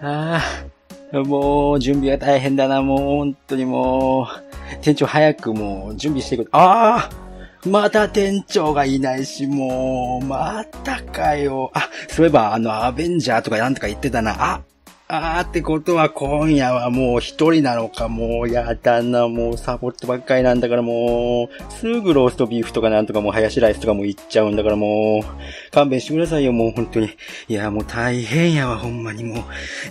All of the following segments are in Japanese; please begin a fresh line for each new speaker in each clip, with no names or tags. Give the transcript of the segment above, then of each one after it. ああ、もう、準備は大変だな、もう、本当にもう、店長早くもう、準備してくれ。ああまた店長がいないし、もう、またかよ。あ、そういえば、あの、アベンジャーとかなんとか言ってたな。あ、あーってことは今夜はもう一人なのか、もうやだな、もうサボってばっかりなんだからもう、すぐローストビーフとかなんとかもうハヤシライスとかもいっちゃうんだからもう、勘弁してくださいよ、もう本当に。いや、もう大変やわ、ほんまにもう。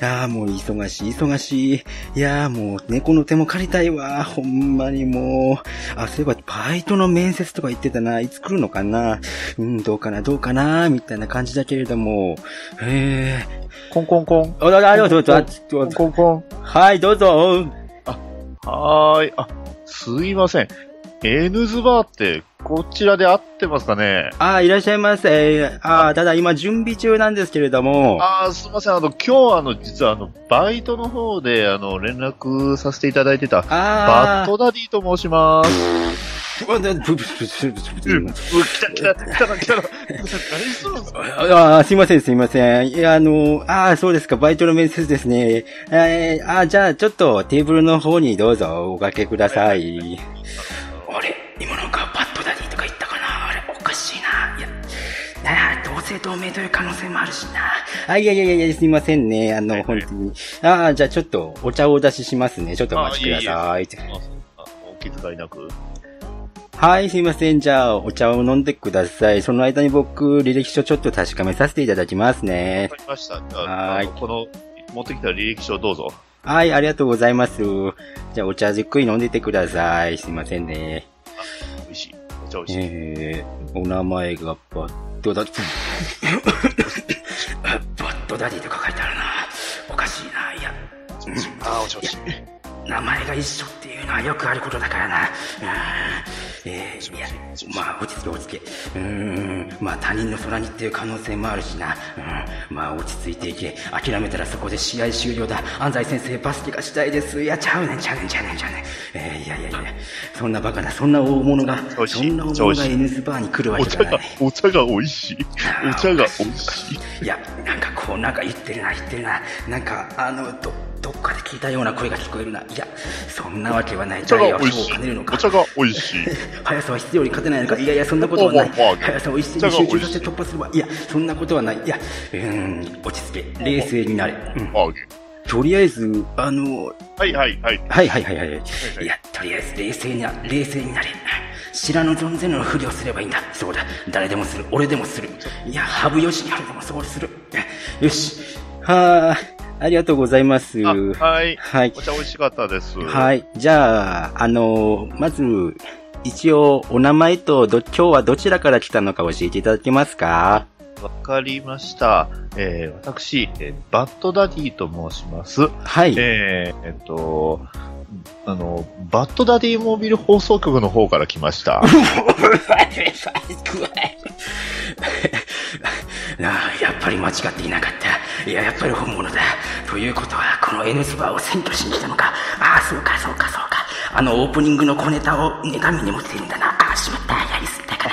ああ、もう忙しい、忙しい。いやー、もう猫の手も借りたいわ、ほんまにもう。あ、そういえばバイトの面接とか言ってたな、いつ来るのかな。うん、どうかな、どうかな、みたいな感じだけれども。へえ。
コンコンコン。
あ、あ、あ、あ、あ、あ、あ、
コンコンコン。
はい、どうぞ。
はーい。あ、すいません。エヌズバーって、こちらで合ってますかね
あ、いらっしゃいませ。あ、ただ今準備中なんですけれども。
あーすいません。あの、今日あの、実はあの、バイトの方で、あの、連絡させていただいてた、バッ
あ
ドダディと申します。うん、う
ー
ん、来た来た、来たな来 たな。何するんですか
あ、すいません、すいません。いや、あの、あそうですか、バイトの面接ですね。えー、あ、じゃあ、ちょっとテーブルの方にどうぞおかけください。あれ今なんかバッドダディとか言ったかなあれおかしいな。いや、なあ、同姓同名という可能性もあるしな。あ、いやいやいやいや、すいませんね。あの、
はいは
本
い
当に。ああ、じゃあちょっとお茶をお出ししますね。ちょっとお待ちください。
あお気遣いなく。
はい、すいません。じゃあ、お茶を飲んでください。その間に僕、履歴書ちょっと確かめさせていただきます
わ
ね
か。りました。じゃあ
はーい
あのこの、持ってきた履歴書どうぞ。
はい、ありがとうございます。じゃあ、お茶じっくり飲んでてください。すいませんね。
美味しい。お茶美味しい。
えー、お名前がバッド ダディ。バッドダディとか書いてあるな。おかしいな。いや、
あーお茶美味しい。
名前が一緒っていうのはよくあることだからな。うーん。えー、いや、まあ、落ち着け落ち着け。うーん。まあ、他人の空にっていう可能性もあるしな。うん。まあ、落ち着いていけ。諦めたらそこで試合終了だ。安西先生、バスケがしたいです。いや、ちゃうねん、ちゃうねん、ちゃうねん、ちゃうねん。えー、いやいやいや、そんなバカな、そんな大物が、
美味しい
そんな大物
美味
が
しい
N ズバーに来るわ
お
け
茶
がな
が
い。、
お茶が美味しい。お茶が美味しい。
いや、なんかこう、なんか言ってるな、言ってるな。なんか、あの、ど、どっかで聞いたような声が聞こえるな。いや、そんなわけはない。
お茶
ダイヤ
が
は
美味
賞を
しい
兼ねるの。か
お。茶が美味しい。
速さは必要に勝てないのかいやいや、そんなことはない。
まあまあまあ
速さを一斉に集中させて突破すれば、いや、そんなことはない。いや、うーん、落ち着け。冷静になれ。うん。
あげ
とりあえず、あの、
はいはいはい。
はいはいはいはい。い
はい
や、とりあえず冷静にな、冷静になれ。知らぬ存ぜぬのふりをすればいいんだ。そうだ。誰でもする。俺でもする。いや、羽生善治でもそうする。よし。はあ、ありがとうございます。
あ、はい。
はい
お。茶美味しかったです。。
はいい。じゃあ、あの、まず、一応、お名前とど、今日はどちらから来たのか教えていただけますか
わかりました。えー、私、えーバッドダディと申します。
はい。
えー、えっと、あの、バッドダディモービル放送局の方から来 ました。
なあ、やっぱり間違っていなかった。いや、やっぱり本物だ。ということは、この N スバーを占拠しに来たのか。ああ、そうか、そうか、そうか。あのオープニングの小ネタを妬みに持っているんだな。ああ、しまった。やりすぎたか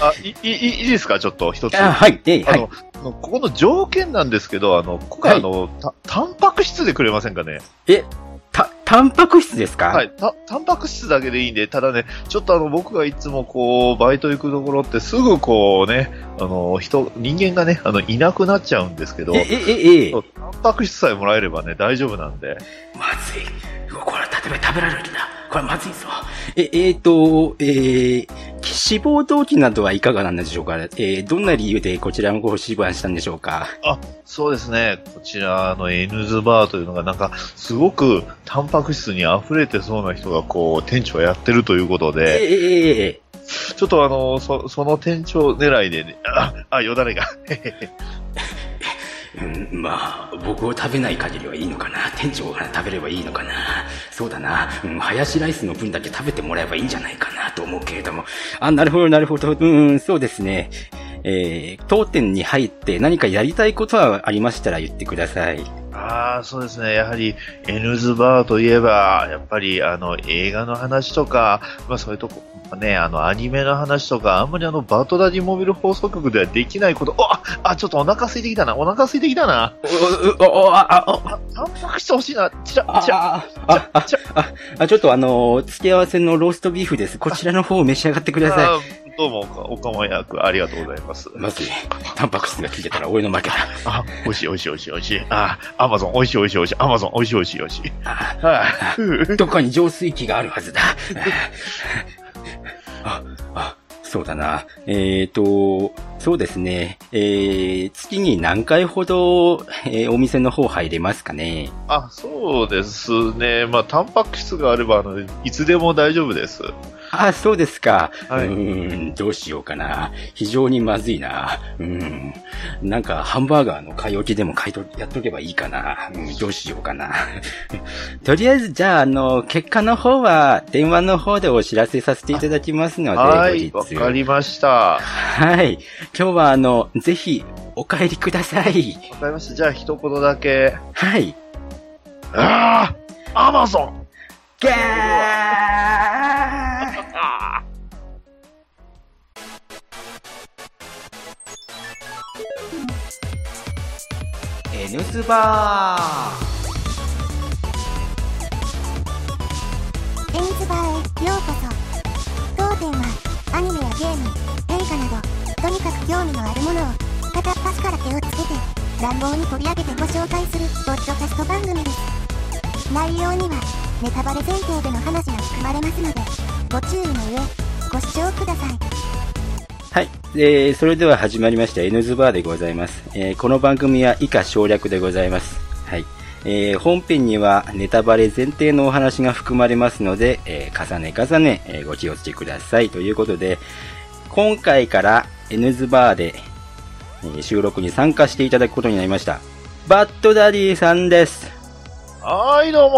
あ、い、い、いいですかちょっと一つ。
ら。あはい、で、
あ
はい
の。、あのここの条件なんですけど、あの、今回あの、た、タンパク質でくれませんかね
え、た、タンパク質ですか
はい。た、タンパク質だけでいいんで、ただね、ちょっとあの、僕がいつもこう、バイト行くところってすぐこうね、あの、人、人間がね、あの、いなくなっちゃうんですけど
え、、え、え、え
そ、うタンパク質さえもらえればね、大丈夫なんで。
まずい。うわこれは例えば食べられる気だ。これはまずいぞ。え、えーと、えー、死亡動機などはいかがなんでしょうかえー、どんな理由でこちらのご志願したんでしょうか
そうですね、こちらの N ズバーというのがなんか、すごくタンパク質に溢れてそうな人がこう、店長やってるということ
えー、
で、
え
ちょっとあの、そ、その店長狙いでね、あ、あ、よだれが。
ー、えー、うん、まあ、僕を食べない限りはいいのかな。店長が食べればいいのかな。そうだな。うん、ハヤシライスの分だけ食べてもらえばいいんじゃないかなと思うけれども。あ、なるほど、なるほど。うん、そうですね。えー、当店に入って何かやりたいことはありましたら言ってください。
ああ、そうですね。やはり、エヌズバーといえば、やっぱり、あの、映画の話とか、まあ、そういうとこ、ね、あの、アニメの話とか、あんまりあの、バトラジモビル放送局ではできないこと、おあ、あ、ちょっとお腹空いてきたな、お腹空いてきたな、
お、お、お、あ、お、
あ、タンパク質欲しいな、ちら、ちら、
あ、あ、あ、あ、ちょっとあの、付け合わせのローストビーフです。こちらの方を召し上がってくださ
あーどうもおか、おかまやく、ありがとうございます
い。。まずい。タンパク質が効いてたら俺の負けだ。
あ、美味しい、美味しい、美味しい、美味しい。あ、アマゾン、美味しい、美味しい、美味しい。アマゾン、美味しい、美味しい、美味しい。
あ
はい。ふう
どこかに浄水器があるはずだ。 あ、あ、そうだな。えーと、そうですね。えー、月に何回ほど、えーお店の方入れますかね。
あ、そうですね。まあ、タンパク質があれば、あの、いつでも大丈夫です。
あ、そうですか。
はいう
ーん、どうしようかな。非常にまずいな。うん。なんか、ハンバーガーの買い置きでも買いと、やっとけばいいかな。うん、どうしようかな。 とりあえず、じゃあ、あの、結果の方は、電話の方でお知らせさせていただきますので、
はい、
後
わ
日
かりました。わ
はい。今日は、あの、ぜひ、お帰りください。
かりました。じゃあ、一言だけ。
はい。
ああアマゾン
ガーエヌスバー
エンズバーへようこそ当店はアニメやゲーム映画などとにかく興味のあるものを片っ端から手をつけて乱暴に取り上げてご紹介するポッドキャスト番組です内容にはネタバレ前提での話が含まれますのでご注意の上ご視聴ください
はい。えー、それでは始まりました、N ズバーでございます。えー、この番組は以下省略でございます。はい。えー、本編にはネタバレ前提のお話が含まれますので、えー、重ね重ね、えーご気をつけください。ということで、今回から N ズバーで、えー収録に参加していただくことになりました。バッドダディさんです。
はい、どう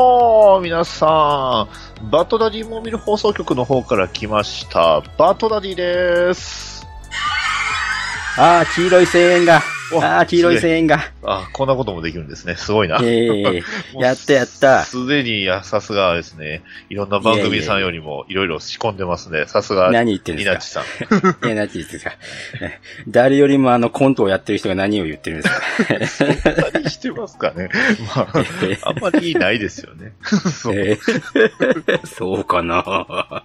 も皆さん、バトダディモービル放送局の方から来ました、バトダディです。
あー、黄色い声援が。
わ
あー、黄色い声援が。
あ、こんなこともできるんですね。すごいな。
えー、
もう
やったやった
すでに、いやさすがですね。いろんな番組さんよりも、いろいろ仕込んでますね。さすが、
何言ってんで
ニ
すか
ナチさ ん。
いや、なんて言うんですか。誰よりもあのコントをやってる人が何を言ってるんですか。
何してますか ね。まあ、あんまりないですよね。 そう。
えー そうかな。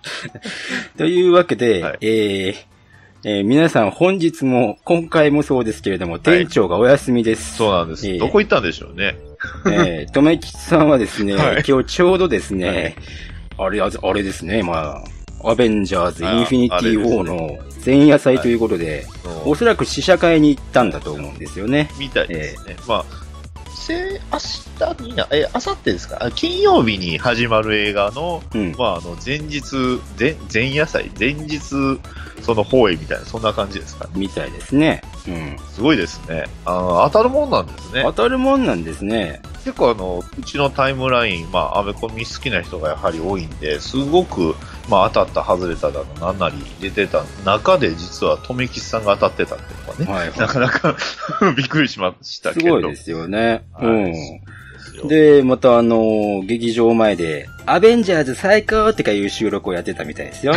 というわけで、
はい
えーえー皆さん本日も、今回もそうですけれども、店長がお休みです。
そうなんです、
ええ
どこ行ったんでしょうね。
えー、とめきちさんはですね、
はい
今日ちょうどですね、あれ、ああれですね、まあ、アベンジャーズ・インフィニティ・ウォーの前夜祭ということで、
あの
おそらく試写会に行ったんだと思うんですよね。
みたいですね。まあ、せ、明日にな、え、明後日ですかあ金曜日に始まる映画の、
うん。
まあ、あの、前日、前、前夜祭、前日、その放映みたいな、そんな感じですかね。
みたいですね。うん。
すごいですね。あー当たるもんなんですね
当。たるもんなんですね。
結構あの、うちのタイムライン、まあ、アメコミ好きな人がやはり多いんで、すごく、まあ、当たった、外れただの、なんなり出てた中で、実は、とめきちさんが当たってたっていうのがね、
はいは
なかなか びっくりしました
い。す
け
ご
ど。
いですよね。
はい
うん。で、またあのー劇場前で、アベンジャーズ最高ってかいう収録をやってたみたい ですよ。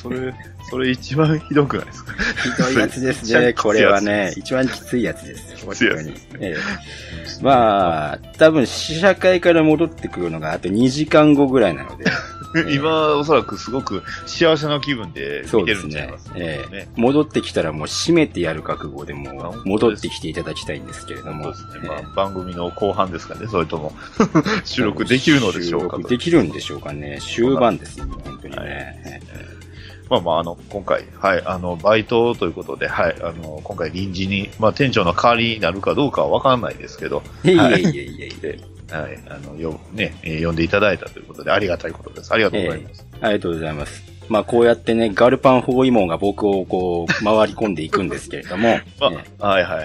そ それ、それ一番ひどくないですか
ひどいやつです
め
ね。
っちゃきついやつ
これはね、一番きついやつです。
きついやつ
本当にええまあ、多分試写会から戻ってくるのがあと2時間後ぐらいな ので、え
今、おそらくすごく幸せな気分で
そ
見
う
て
で
る
す
んじゃい
ね
ます。
え
ね
え戻ってきたらもう閉めてやる覚悟で
あ
も
本当です
う戻ってきていただきたいんですけれど
そ
も
うです。
え
ね。
え
まあ、番組の後半ですかね、そ れとも。収録できるのでしょうか
収録できるんでしょうかね。終盤ですよ、本当にね。
まあまあ、あの、今回、はい、あの、バイトということで、はい、あの、今回臨時に、まあ、店長の代わりになるかどうかはわかんないですけど、
いえい
はい
えいえいえいえ。
はい、あの、よ、ね、えー呼んでいただいたということで、ありがたいことです。ありがとうございます。
ありがとうございます。まあこうやってね、ガルパン包囲網が僕をこう、回り込んでいくんですけれども、 ね
あ、はいはいはいはい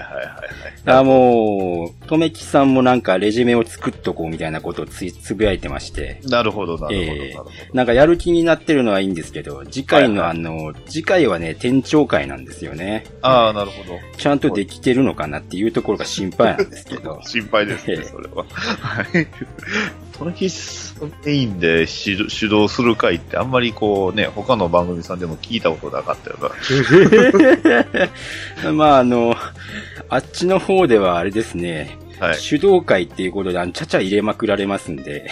はい。
あもう、とめきさんもなんかレジュメを作っとこうみたいなことをついつぶやいてまして、
なるほど、なるほど、な
え
る
え
ほど。
なんかやる気になってるのはいいんですけど、次回のあの、次回はね、店長会なんですよね。
ああ、なるほど。。
ちゃんとできてるのかなっていうところが心配なんですけど
心配です
え
ね、
え
それは。はい。トラキスメインで指導指導する回ってあんまりこうね、他の番組さんでも聞いたことなかったよ な。
まああの、あっちの方ではあれですね、
はい。
主導会っていうことで、あの、ちゃちゃ入れまくられますんで、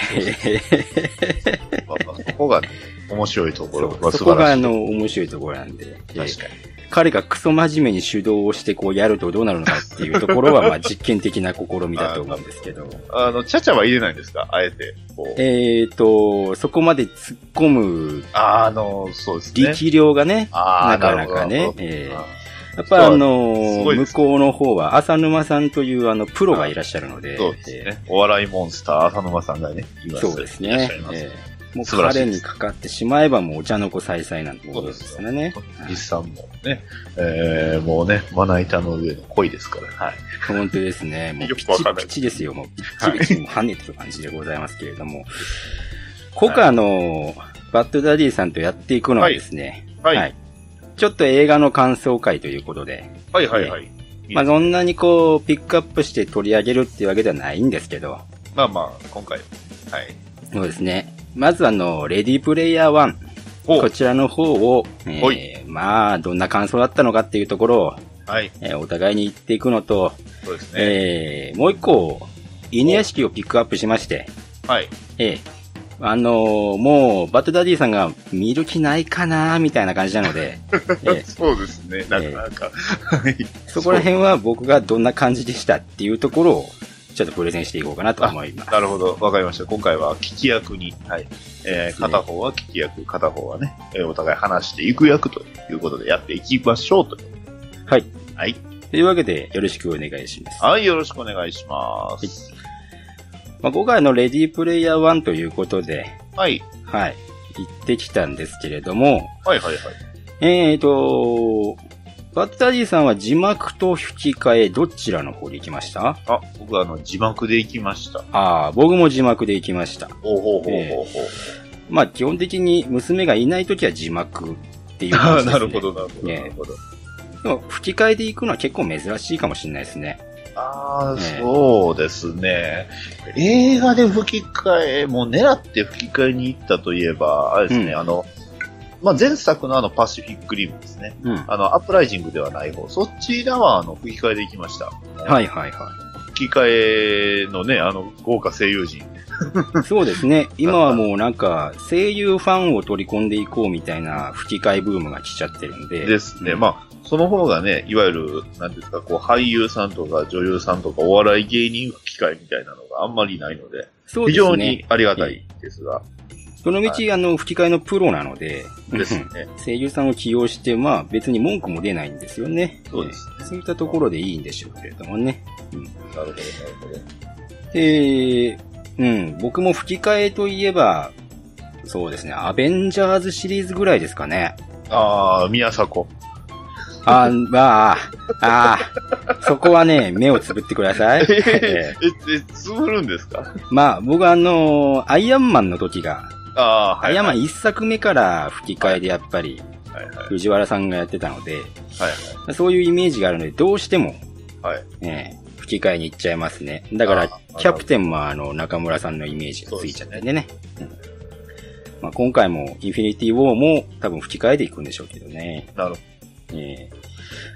まあまあそこがね、面白いと ころ。まあ
そこがあ
素晴らし
の、面白いところなんで、え
い
ー彼がクソ真面目に主導をしてこうやるとどうなるのかっていうところは、まあ実験的な試みだと思うんですけど、
あの、ちゃちゃは入れないんですかあえて。こう
えーと、そこまで突っ込む
あーあの、そうですね。
力量がね、
ああ、
なかなか
る
ね
ほ、ど
えー
あ
やっぱあの
すごいで
向
す
こうの方は、浅沼さんというあの、プロがいらっしゃるので、
ーそうですね。お笑いモンスター、浅沼さんがね、
えー
今
そうです
いらっ
ね
しゃい。ます
えーもう
素晴らしい
彼
です
にかかってしまえばもうお茶の子さいさいなんてことですからね。
西さんもね、えー、もうね、まな板の上の恋ですから、はい。
本当ですね。もう
よ
ピ
くわ
チ
かんない
ピチですよ。もうピチピチもう跳ねてる感じでございますけれども。今回あの、バッドダディさんとやっていくのはですね、
はい。
ちょっと映画の感想会ということで、
はいはいはい。いい
まあそんなにこう、ピックアップして取り上げるっていうわけではないんですけど、
まあまあ、今回。はい。
そうですね。まずあの、レディープレイヤー1、
ほ
こ
う。
ちらの方を、え
は
ー、まあ、どんな感想だったのかっていうところを、
はい。
えーお互いに言っていくのと、
そうですね。
えー、もう一個、犬屋敷をピックアップしまして、
はい。
ええ。あのーもう、バッドダディさんが見る気ないかなみたいな感じなので、 ええ
そうですね。なかなか。はい。
そこら辺は僕がどんな感じでしたっていうところを、ちょっとプレゼンしていこうかなと思います。
なるほど。わかりました。今回は聞き役に、はい。えー
そうですね
片方は聞き役、片方はね、えーお互い話していく役ということでやっていきましょうと。
はい。
はい。
というわけで、よろしくお願いします。
はい、よろしくお願いします。
まあ、今回のレディープレイヤー1ということで、
はい。
はい、行ってきたんですけれども、
はいはいはい。
えーと、バッドダディさんは字幕と吹き替え、どちらの方で行きました
あ、僕はあの、字幕で行きました。
ああ、僕も字幕で行きました。
ほうほうほうほうほう。
まあ、基本的に娘がいないときは字幕っていう
あ
感
あ、
じで
な
す、ね。
るほ。ど、なるほど、
ええ
なるほど。
でも、吹き替えで行くのは結構珍しいかもしれないですね。
ああ、
ええ
そうですね。映画で吹き替え、もう狙って吹き替えに行ったといえば、あれですね、
うん
あの、まあ、前作のあのパシフィックリムですね。
うん。は
あの、アップライジングではない方。そちらはあの、吹き替えで行きました。
いはいは
吹き替えのね、あの、豪華声優陣。
い。そうですね。今はもうなんか、声優ファンを取り込んでいこうみたいな吹き替えブームが来ちゃってるんで。
ですね。
うん
まあ、その方がね、いわゆる、なんていうんですか、こう、俳優さんとか女優さんとかお笑い芸人吹き替えみたいなのがあんまりないので、
そう
非
ですね。
常にありがたいですが、
その道、あの、吹き替えのプロなので、
ですね。
声優さんを起用して、まあ別に文句も出ないんですよね。
そうです
えーそういったところでいいんでしょうけれどもね。
なるほど、なるほど。
えー、うん、僕も吹き替えといえば、そうですね、アベンジャーズシリーズぐらいですかね。
ああ、宮迫。
あー、まあ、あー、そこはね、目をつぶってください。え
え
ー、
え、つぶるんですか
まあ、僕はあのーアイアンマンの時が、
あ
ア
あ、はい。
イアンマ
はい
ン一作目から吹き替えでやっぱり、
はいはい。
藤原さんがやってたので、
はい
そういうイメージがあるので、どうしても、
はい
えー吹き替えに行っちゃいますね。だから、
あ
キャプテンもあの、中村さんのイメージがついちゃってね。うんまあ、今回も、インフィニティ・ウォーも多分吹き替えていくんでしょうけどね。
なるほ
ええ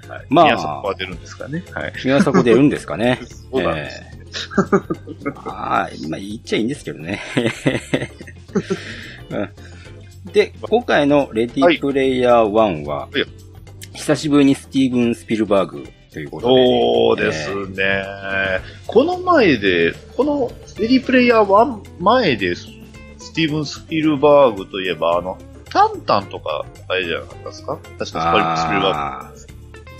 ど。はい
まあ
宮迫は出るんですかね。はい。。
宮迫出るんですかね
そうなんですね。
ああ、まあ言っちゃいいんですけどね。 うんで、今回のレディープレイヤー1は、
い
久しぶりにスティーブン・スピルバーグということで、
そうですね。この前で、このレディプレイヤー1前で、スティーブン・スピルバーグといえば、あの、タンタンとか、あれじゃなかったですか確かスパリスピルバーグ。
あー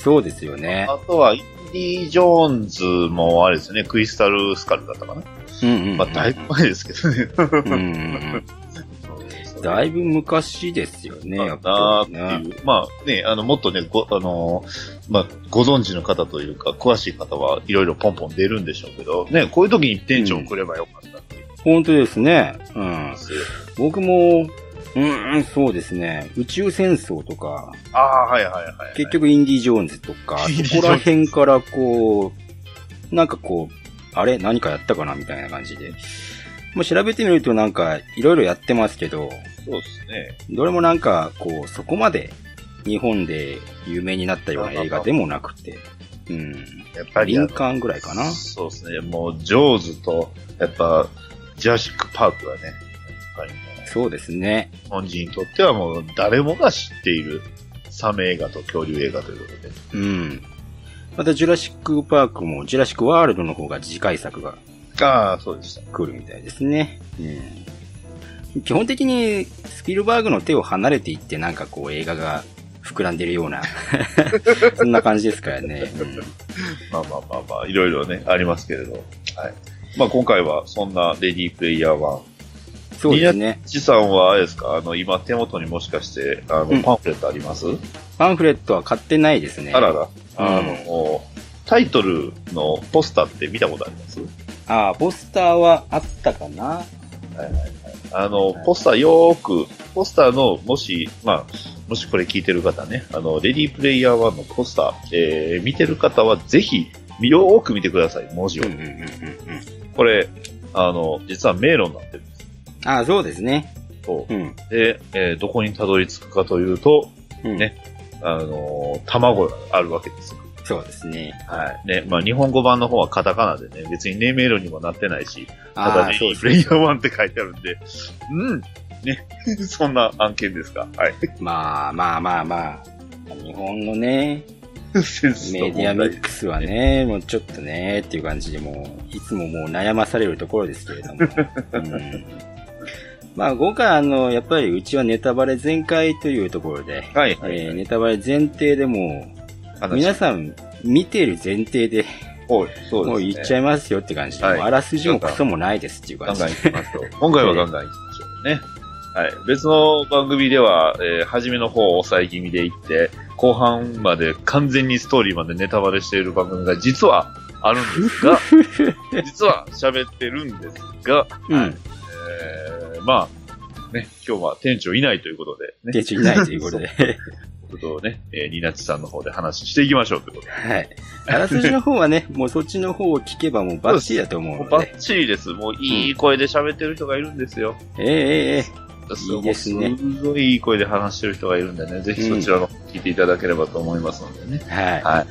そうですよね。
あとは、インディ・ジョーンズもあれですね、クリスタル・スカルだったかな。
うんうんうん
まあ、だいぶ前ですけどね。
うんうんうん
そうそう
だいぶ昔ですよね、
なんだって
やっぱり
いう。まあね、あの、もっとね、ご、あのーまあ、ご存知の方というか、詳しい方はいろいろポンポン出るんでしょうけど、ね、こういう時に店長来ればよかったっていう
本当ですね。うん
で。すよ
僕も、うん、うんそうですね。宇宙戦争とか、
ああ、はいはいはい。
結局インディ・ジョーンズとか、
インディジョーン
そ
ズ
こら辺からこう、なんかこう、あれ何かやったかなみたいな感じで。もう調べてみるとなんか、いろいろやってますけど、
そうですね。
どれもなんか、こう、そこまで日本で有名になったような映画でもなくて、うん。
やっぱりあの。
林間ぐらいかな。
そうですね。もう、ジョーズと、やっぱ、ジュラシック・パークはね、やっぱりもう
そうですね。
日本人にとってはもう、誰もが知っている、サメ映画と恐竜映画ということで。
うん。また、ジュラシック・パークも、ジュラシック・ワールドの方が次回作が
ああ、そうでした。
来るみたいですね。うん。基本的に、スピルバーグの手を離れていって、なんかこう映画が膨らんでる ような、そんな感じですからね。うん
まあまあまあまあ、いろいろね、ありますけれど。はい。まあ今回は、そんなレディープレイヤー1。
そうですね。
ちさんは、あれですか、あの、今手元にもしかして、あ
う
の、
ん
パンフレットあります、
パンフレットは買ってないですね。
あらら。あの、タイトルのポスターって見たことあります
ああ、ポスターはあったかな
あの、ポスターよーく、ポスターの、もし、まあ、もしこれ聞いてる方ね、あの、レディープレイヤー1のポスター、えー、見てる方はぜひ、よーく見てください、文字を
うん。うんうんうんうん。
これ、あの、実は迷路になってるんです
ああ、そうですね。
そう
うん。
で、えーどこにたどり着くかというと、
うん、
ねあのー卵があるわけですよ。
そうですね。
はい。ね、まあ、日本語版の方はカタカナでね、別にね、迷路にもなってないし、た
あ
だ
あ、
ね
そうで、す
プレイヤー1って書いてあるんで、うん、ね、 そんな案件ですか。はい。
まあまあまあまあ。日本のね、
センスの
メディア
問
ミ
題
ックスはね、もうちょっとね、っていう感じでもう、いつももう悩まされるところですけれ ども。うん、まあ今回あの、やっぱりうちはネタバレ全開というところで、
はい、
え
はい。
ーネタバレ前提でもう、皆
さ
さん見ている前提で、
ん、おいそう
もう
ですね。
言っちゃいますよって感じで、
はい
もうあらすじもクソもないですっていう
ガ
感
ン
じ
ガン行きましょう。 今回はガンガン行きましょうね。はい。別の番組では、えー初めの方を抑え気味で行って、後半まで完全にストーリーまでネタバレしている番組が実はあるんです が、実は喋ってるんですが、
うん。
えーまあ、ね、今日は店長いないということで、ね、
手中いないということで。
ことをね、えー、ニナチさんの方で話していきましょうということで。
はい。あらすじの方はね、もうそっちの方を聞けばもうバッチリだと思う
もう
の
バ
で
ッ。チリです。もういい声で喋ってる人がいるんですよ。
えええええ
い
いいですね
すごいいい声で話してる人がいるんでね、ぜひそちらの方聞いていただければと思いますのでね。
えはい。
は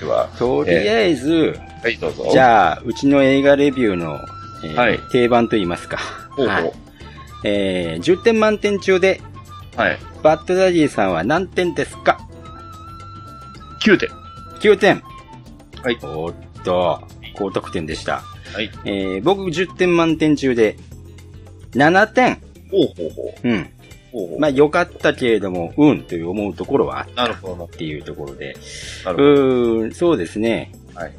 い。では、
とりあえず、
はい、どうぞ。
じゃあ、うちの映画レビューの、えー
はい
定番と言いますか。
ほうほう
はいえー10点満点中で、
はい。
バッドダディさんは何点ですか
9点。
?9 点。
はい
おっと、高得点でした。
はい。
えー僕10点満点中で、7点。
ほうほうほう。
うん。
ほうほう。
まあ、良かったけれども、うん、という思うところはあっ
なるほど。
ていうところで。
なるほど。
うーん、そうですね。
はい。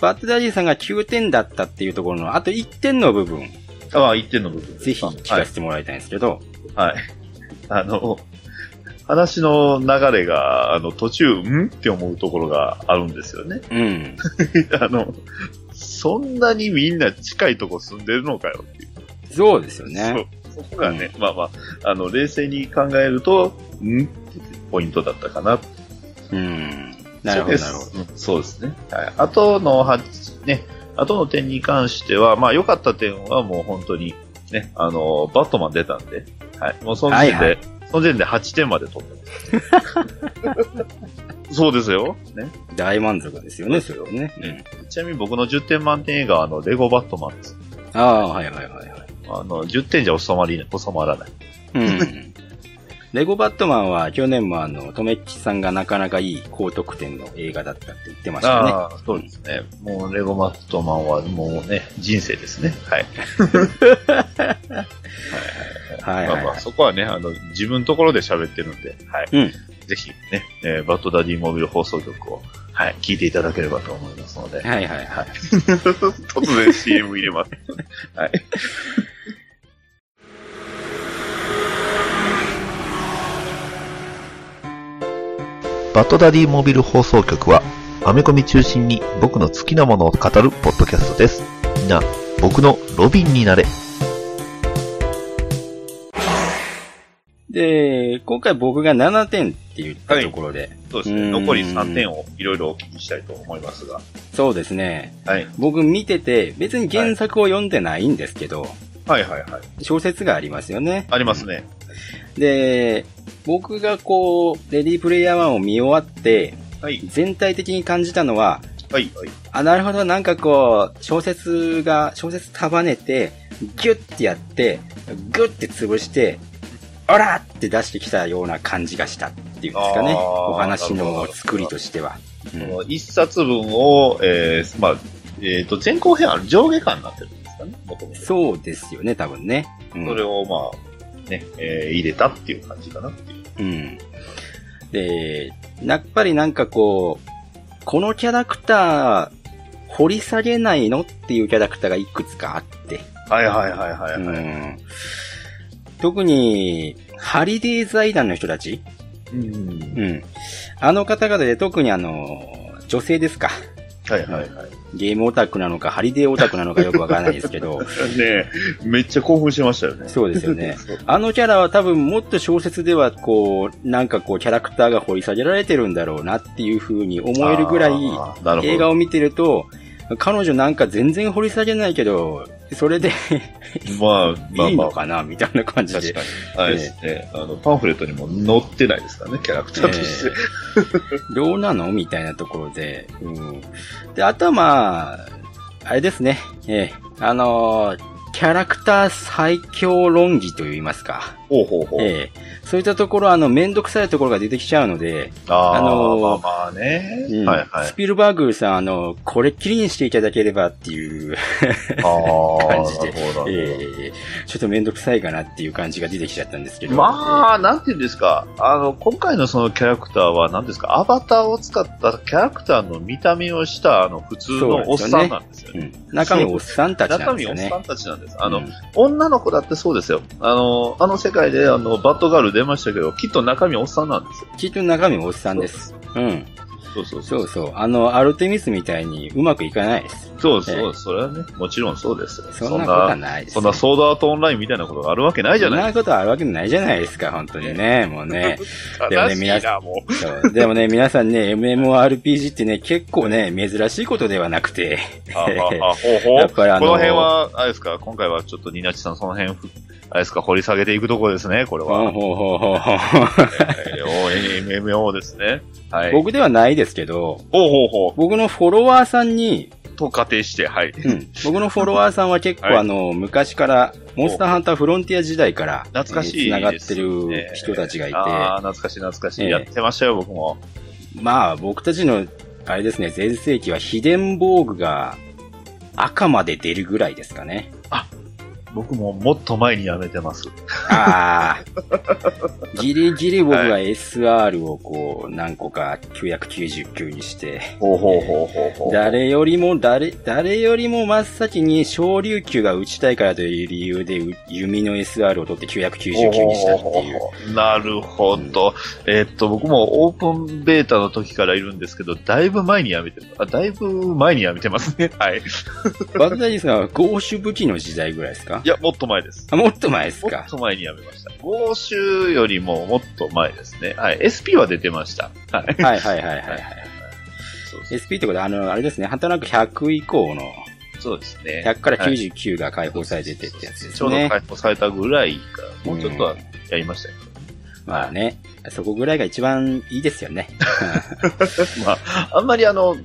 バッドダディさんが9点だったっていうところの、あと1点の部分、
ああ、1点の部分です
ぜひ聞
は
か
い
せ。てもらいたいんですけど、
はい。 あの、話の流れが、あの、途中、んって思うところがあるんですよね。
うん。
あの、そんなにみんな近いとこ住んでるのかよっていう。
そうですよね。
そう。そこがね、まあまあ、あの、冷静に考えると、んってポイントだったかな。
うん。なるほど、なるほど。
ど。うんそうですね。はい。あとの8、ね、あとの点に関しては、まあ良かった点はもう本当に、ね、あの、バットマン出たんで、はい。もうその時点で、
はいは
その時点で8点まで取ってます。 そうですよ。ね。
大満足ですよね、それはね。
ねちなみに僕の10点満点映画は、あの、レゴバットマンです。
うんああ、はいはいはいはい。
あの、10点じゃ収まりない、収まらない。
うん。レゴバットマンは去年もあの、とめっちさんがなかなかいい高得点の映画だったって言ってましたね。
ああ、そうですね。もう、レゴマットマンは、もうね、人生ですね。はい。
はいはい
まあま
は
あ、
い。
そこはね、あの、自分のところで喋ってるんで、はい。
うん
ぜひ、ね、えーバッドダディモビル放送局を、はい、聞いていただければと思いますので、
はいはいはい。
突 然 CM 入れます。はい。バッドダディモビル放送局は、アメコミ中心に僕の好きなものを語るポッドキャストです。みんな、僕のロビンになれ。
で、今回僕が7点って言ったところで、
そう
ですねうーん残り3点
をいろいろお聞きしたいと思いますが。
そうですね。
はい。
僕見てて、別に原作を読んでないんですけど、
はいはいはい。
小説がありますよね。
ありますね。
で、僕がこう、レディープレイヤー1を見終わって、
はい。
全体的に感じたのは、
はいはい。
あ、なるほど、なんかこう、小説が、小説束ねて、ギュッてやって、グッて潰して、あらって出してきたような感じがしたっていうんですかね。
あー
お話
なるほ
の
ど
作りとしては。う
こ
ん
の一冊分を、えー、まあ、えっ、と、前後編ある上下巻になってるんですかね、もともと。そ
そうですよね、多分ね。うん
れを、まあ、ね、えー入れたっていう感じかなっていう。
うん。で、やっぱりなんかこう、このキャラクター、掘り下げないのっていうキャラクターがいくつかあって。
はいはいはいは
う
いはい。
ん、特に、ハリデー財団の人たち、
うん。
うん、あの方々で特にあの、女性ですか。
はいはいはい。
ゲームオタクなのか、ハリデーオタクなのかよくわからないですけど、
ねえめっちゃ興奮しましたよね。。
そうですよね
そう
あのキャラは多分もっと小説ではこう、なんかこうキャラクターが掘り下げられてるんだろうなっていう風に思えるぐらい、
あーなるほど
映画を見てると、彼女なんか全然掘り下げないけど、それで
まあ、まあ
いい
ま
の
あ。
かなみたいな感じ
確
で
か。に。はいですね。あの、パンフレットにも載ってないですからね、キャラクターとして。
どうなのみたいなところで。うん。で、あとはまあ、あれですね。ええあのーキャラクター最強論議と言いますか。
ほうほうほう。
ええそういったところ、あの、めんどくさいところが出てきちゃうので、
あー
あのー
まあまあね。
うん
はいはい
ス。ピルバーグさん、あの、これっきりにしていただければっていう、
ああ、
感じで
なるほど。なるほど
ええちょっとめんどくさいかなっていう感じが出てきちゃったんですけど。
まあ、なんていうんですか、あの、今回のそのキャラクターは、なんですか、アバターを使ったキャラクターの見た目をした、あの、普通のおっさんなんですよ
ええ、
ね。
うん中身おっさんたちな
中
んです
身お
よ
っ
ね
さ。んたちなんです。あの、
うん
女の子だってそうですよ。あの、あの世界で、あの、バッドガール出ましたけど、きっと中身おっさんなんですよ。
きっと中身おっさんです。うん。
そうそうそ。
そううそう。あの、アルテミスみたいにうまくいかないです。
そうそう、
ええ
それはね、もちろんそうですよ。
そんなことはないです、
そんなソードアートオンラインみたいなことがあるわけないじゃ
そん
ない
なことあるわけないじゃないですか、本当にね。もうね。
悲
でもね
しい
皆さ
な、もう。
そうでもね、皆さんね、MMORPG ってね、結構ね、珍しいことではなくて。
あああほうほう
やっぱりあの
この辺は、あれですか、今回はちょっとニナチさん、その辺ふ、あれですか、掘り下げていくとこですね、これ
ほうほ
は。
うほうほうほう
えー OMMO ですね。はい。
僕ではないですけど、
ほうほうほ
僕のフォロワーさんに、
う。と仮定して、はい。
うん、僕のフォロワーさんは結構、
はい
あの、昔から、モンスターハンターフロンティア時代から、
懐かしい
えー繋が
で
って
す
る人たちがいて、
ああ、懐かしい懐かしい。
ええ
やってましたよ、僕も。
まあ、僕たちの、あれですね、全盛期は、秘伝防具が赤まで出るぐらいですかね。
僕ももっと前にやめてます。
あ あ。ギリギリ僕が SR をこう、何個か999にして、
ほうほうほうほうほう。
誰よりも、誰、誰よりも真っ先に昇竜球が打ちたいからという理由で、う弓の SR を取って999にしたっていう。
なるほど。えっと、僕もオープンベータの時からいるんですけど、だいぶ前にやめてる。あ、だいぶ前にやめてますね。はい。
バグダディさんは合手武器の時代ぐらいですか
いや、もっと前です。
あもっと前です
も
か
っと前にやめました。豪州よりももっと前ですね。はい。SP は出てました。はい。
はいはいはいはい。
そうそう
SP ってことは、あの、あれですね、ハンターランク100以降の、
そうですね。
100から
はい
99が解放されててってやつですね。
ちょうど解放されたぐらいから、もうちょっとは
うん
やりましたけど、
まあね、そこぐらいが一番いいですよね。
まあ、あんまりあの、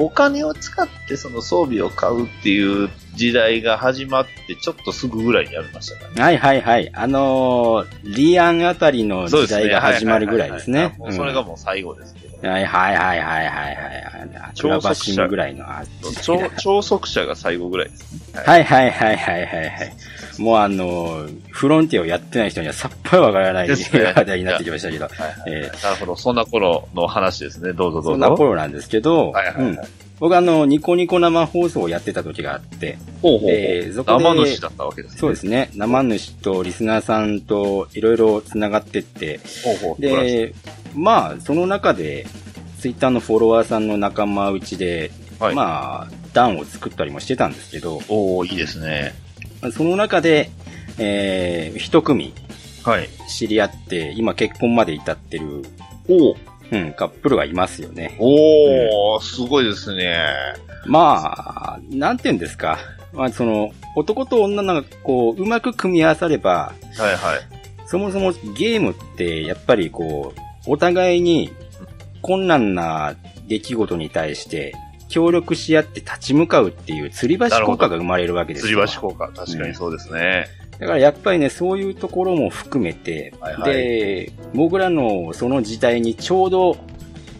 お金を使ってその装備を買うっていう時代が始まって、ちょっとすぐぐらいにやめましたからね。
はいはいはい。あのーリアンあたりの時代が始まるぐらいですね。
はいはいはいはいもうそれがもう最後ですけ
うん
ど。
はいはいはいはいはいはい。アクラバシムぐらいのあ時代
超
だ
超速者が最後ぐらいですね。
はいはいはいはいはいはい。もうあのーフロンティアをやってない人にはさっぱりわからない
ですね
話題になってきましたけど。
はいはい
えー
なるほど。そんな頃の話ですね。どうぞど
そ
うん
な
ぞ。
頃なんですけど、
はいはいはい
うん僕あの、ニコニコ生放送をやってた時があって、
ほうほうほう。
えーそこで
生主だったわけですね。
そうですね、生主とリスナーさんといろいろ繋がってって、
ほうほう。
で、まあ、その中で、ツイッターのフォロワーさんの仲間内で、
はい。あ、
まあ、段を作ったりもしてたんですけど、
おー、いいですね。
その中で、えー、一組
はい。
知り合って、今結婚まで至ってる、
おー、
うん、カップルがいますよね。
おー、すごいですね。
まあ、なんて言うんですか。まあ、その、男と女がこう、うまく組み合わされば、
はいはい。
そもそもゲームって、やっぱりこう、お互いに困難な出来事に対して、協力し合って立ち向かうっていう吊り橋効果が生まれるわけです
吊
よ。
り橋効果、確かにそうですね。
だからやっぱりね、そういうところも含めて、
はいはい
で、僕らのその時代にちょうど、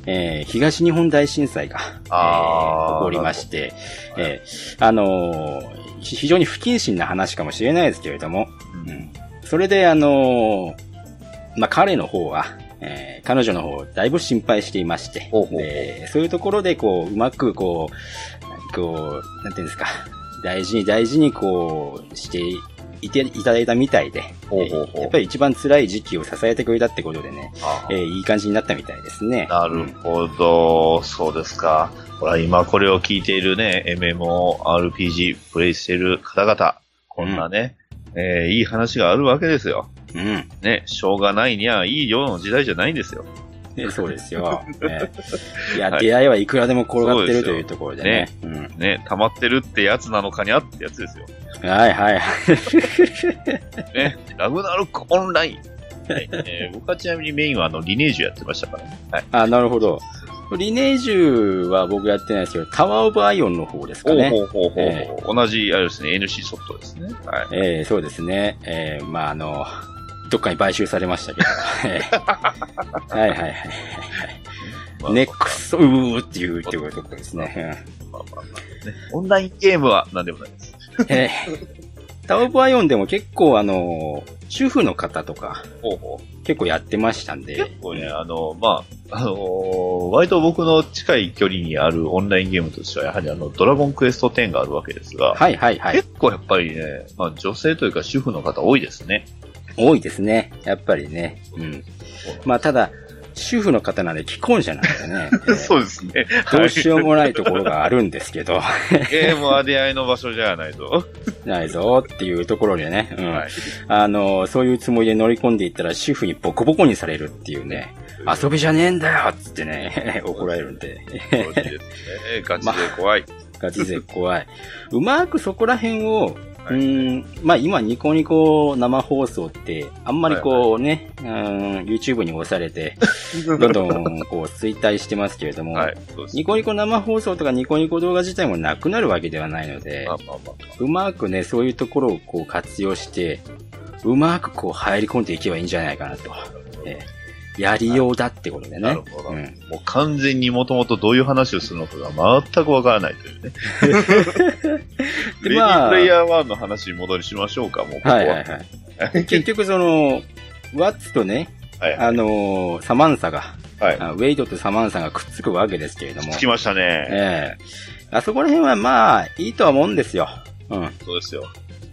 えー東日本大震災が、えー
あー
起こりまして、
な
えーあのーひ非常に不謹慎な話かもしれないですけれども、
うん
それであのーまあ、彼の方は、えー彼女の方をだいぶ心配していまして、
ほうほうほう
でそういうところでこう、うまくこう、こう、なんていうんですか、大事に大事にこう、していていただいたみたいで、
ほうほうほう
えーやっぱり一番辛い時期を支えてくれたってことでね、
あー
えーいい感じになったみたいですね。
なるほど、そうですか。ほら、今これを聞いているね、MMORPG プレイしている方々、こんなね、えーいい話があるわけですよ。
うん。うん
ね、しょうがないにゃ、いいようの時代じゃないんですよ。
でそうですよ。ね いや、
はい
出会いはいくらでも転がってると
そうです
い
よ
うところでね。うん
ね、溜まってるってやつなのかにゃってやつですよ。
はいはいはい。
ね、ラグナロックオンライ ン。はいえー僕はちなみにメインはあのリネージュやってましたからね。はい。
あ、なるほど。リネージュは僕やってないですけど、タワーオブアイオンの方ですか
ほう
ね。
ほうほうほう、
え
同じ、あれですね、NC ソフトですね。はい。
えーそうですね。えーまああの、どっかに買収されましたけ ど。えーはいはいはい
ま
は
あ
い。ね、くっそ、うーっていうっていうところですね。
まあまあまあね、オンラインゲームは何でもないです。
うんえータワーオブアイオンでも結構あの、主婦の方とか
ほうほう。
結構やってましたんで。
結構ね、あの、まあ、あのー割と僕の近い距離にあるオンラインゲームとしては、やはりあの、ドラゴンクエスト10があるわけですが、
はいはいはい。
結構やっぱりね、まあ、女性というか主婦の方多いですね。
多いですね。やっぱりね。うん。まあただ、主婦の方なんで既婚者なんで ね。えー
そうですね。
どうしようもないところがあるんですけど、
ゲームは出会いの場所じゃないと。
ないぞっていうところでね、うん
はい。
あの、そういうつもりで乗り込んでいったら主婦にボコボコにされるっていうね、遊びじゃねえんだよっつってね、 怒られるん で、
そうですね。ガチで怖い。
ガチ勢怖い。うまくそこら辺を、うーん、まあ今ニコニコ生放送って、あんまりこうね、うん、YouTube に押され て、どんどんこう衰退してますけれども、
はい。そうです
ニコニコ生放送とかニコニコ動画自体もなくなるわけではないので、
まあまあまあまあ。
うまくね、そういうところをこう活用して、うまくこう入り込んでいけばいいんじゃないかなと。えーやりようだってことで
な
ね
る。ほど。
うん
もう完全にもともとどういう話をするのかが全くわからないというね。レ
で
ディ
ま
ー
あ
プレイヤー1の話に戻りしましょうか、もうここは。
はいはいはい。 結局その、ワッツとね、
はいはい
あのーサマンサが、
はい。
あウェイドとサマンサがくっつくわけですけれども
つ、きましたね。
ええあそこら辺はまあ、いいとは思うんですよ。うん。あ
そうですよ。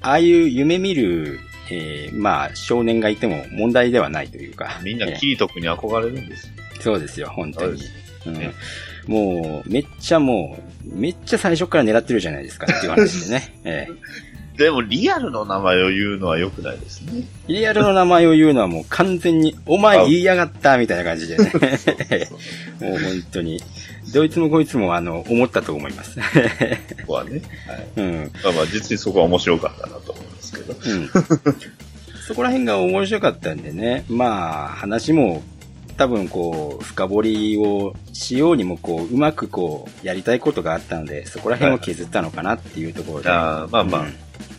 あいう夢見る、えーまあ、少年がいても問題ではないというか。
みんな
ええ
キート君に憧れるんですよ。
そうですよ、本当に
そ。
うん
ね、
もう、めっちゃもう、めっちゃ最初から狙ってるじゃないですかっていう話でね。え
でも、リアルの名前を言うのは良くないですね。
え、リアルの名前を言うのはもう完全に、お前言いやがったみたいな感じでね。 もう本当に。どいつもこいつもあの、思ったと思います。
ここはね。はい
うん。
まあまあ、実にそこは面白かったなと思うんですけど。
うん。そこら辺が面白かったんでね。まあ、話も、多分こう、深掘りをしようにもこう、うまくこう、やりたいことがあったので、そこら辺を削ったのかなっていうところで。
あーまあまあ
うん、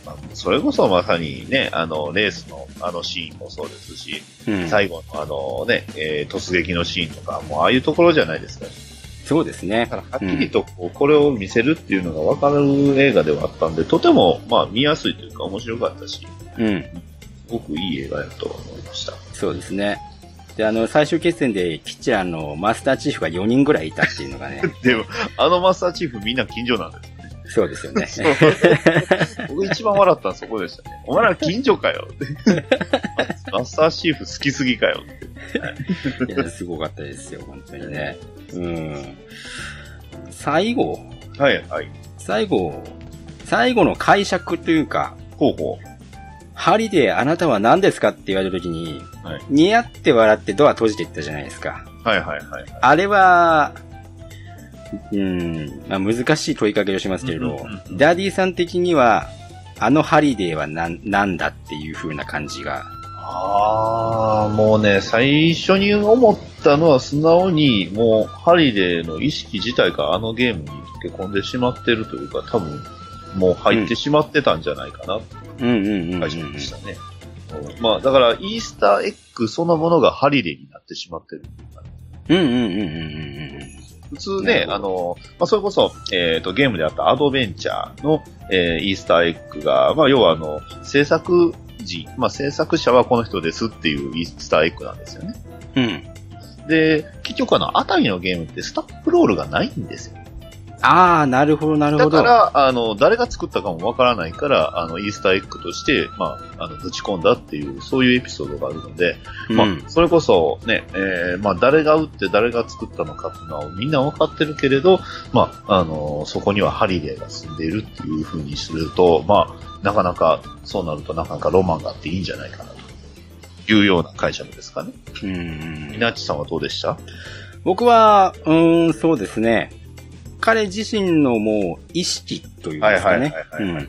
まあそれこそまさにね、あの、レースのあのシーンもそうですし、
うん
最後のあのね、えー突撃のシーンとか、もうああいうところじゃないですか。
そうですね
だ。から、はっきりとこうこれを見せるっていうのが分かる映画ではあったんで、とても、まあ、見やすいというか、面白かったし、す
うん。
ごくいい映画やと思いました。
そうですね。で、あの、最終決戦で、キッチラのマスターチーフが4人ぐらいいたっていうのがね、
でも、あのマスターチーフみんな近所なんです。
そうですよね。
僕一番笑ったのはそこでしたね。お前ら近所かよって。まマスターシーフ好きすぎかよって。
いや、すごかったですよ、本当にね。うん。最後、
はいはい。
最後、最後の解釈というか、
ほうほ
針であなたは何ですかって言われた時に、
はい
似合って笑ってドア閉じていったじゃないですか。
う。はいはいはい。
あれは、うん、まあ、難しい問いかけをしますけれど、
うんうんうん
ダディさん的には、あのハリデーはなんなんだっていう風な感じが。
ああ、もうね、最初に思ったのは素直に、もう、ハリデーの意識自体があのゲームに溶け込んでしまってるというか、多分、もう入ってしまってたんじゃないかなって
うんうんうんうん、
感じでしたね。うんまあ、だから、イースターエッグそのものがハリデーになってしまってる。
うんうんうんうんうん
普通
なるほ
ね、
ど
あの、まあ、それこそ、えっ、と、ゲームであったアドベンチャーの、えーイースターエッグが、まあ、要はあの、制作時、まあ、制作者はこの人ですっていうイースターエッグなんですよね。
うん。うん。
で、結局あの、あたりのゲームってスタッフロールがないんですよ。
ああ、なるほどなる
だ
ほど。
から、あの、誰が作ったかもわからないから、あの、イースターエッグとして、まあ、あの、ぶち込んだっていう、そういうエピソードがあるので、
うん、
まあ、それこそね、えーまあ、誰が打って誰が作ったのかっていうのはみんなわかってるけれど、まあ、あのーそこにはハリデーが住んでいるっていう風にすると、まあ、なかなか、そうなるとなかなかロマンがあっていいんじゃないかなというような解釈ですかね。
うんうん
稲地さんはどうでした
僕は、うーん、そうですね。彼自身のもう意識というんですかね
はい。は
う
いはいは
ん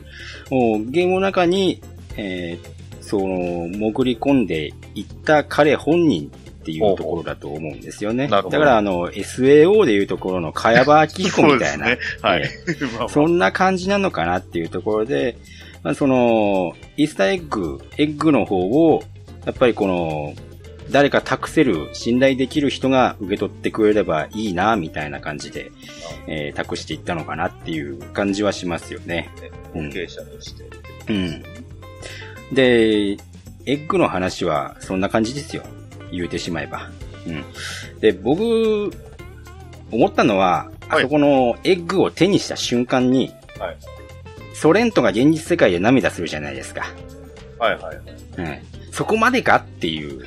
もうゲームの中に、えーその、潜り込んでいった彼本人っていうところだと思うんですよね。
ほう
だ
ほ
か
うなるほど
ら、あの、SAO でいうところの茅場明彦みたいな、
そうですね。はい。 まあまあ
そんな感じなのかなっていうところで、まあ、その、イースターエッグ、エッグの方を、やっぱりこの、誰か託せる、信頼できる人が受け取ってくれればいいな、みたいな感じで、えー託していったのかなっていう感じはしますよね。うん
後継者として。
うん。で、エッグの話はそんな感じですよ。言うてしまえば。うん。で、僕、思ったのは、
は
あ
い
そこのエッグを手にした瞬間に、
はい
ソレントが現実世界で涙するじゃないですか。
はいはい。
うん。そこまでかって いう。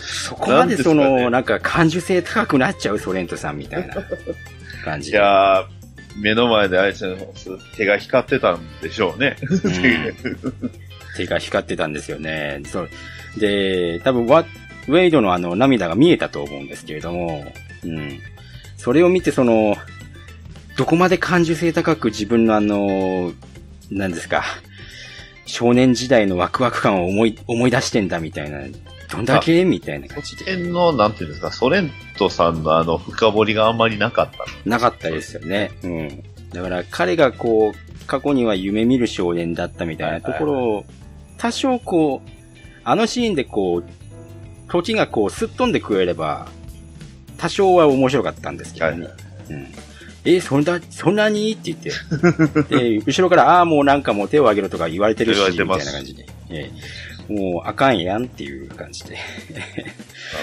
そこまでその、
なん
な
ですかね
ん,、か感受性高くなっちゃうソレントさんみたいな感じ
じ。ゃあ、目の前であいつの手が光ってたんでしょうね。
手が光ってたんですよね。そう。で、多分ワ、ウェイドのあの涙が見えたと思うんですけれども、うん。それを見て、その、どこまで感受性高く自分のあの、なんですか、少年時代のワクワク感を思い、思い出してんだみたいな、どんだけみたいな
こ
感
っ
じ
ち
で。
辺の、なんていうんですか、ソレントさんのあの、深掘りがあんまりなかった。
なかったですよね。うん。だから彼がこう、過去には夢見る少年だったみたいなところを、多少こう、あのシーンでこう、時がこう、すっ飛んでくれれば、多少は面白かったんですけどね。うん。え、そんな、そんなにって言って。で、後ろから、ああ、もうなんかもう手を挙げろとか言われてるし、
言われ
み
て
たい
ま
な
す
感じで。ええもう、あかんやんっていう感じで。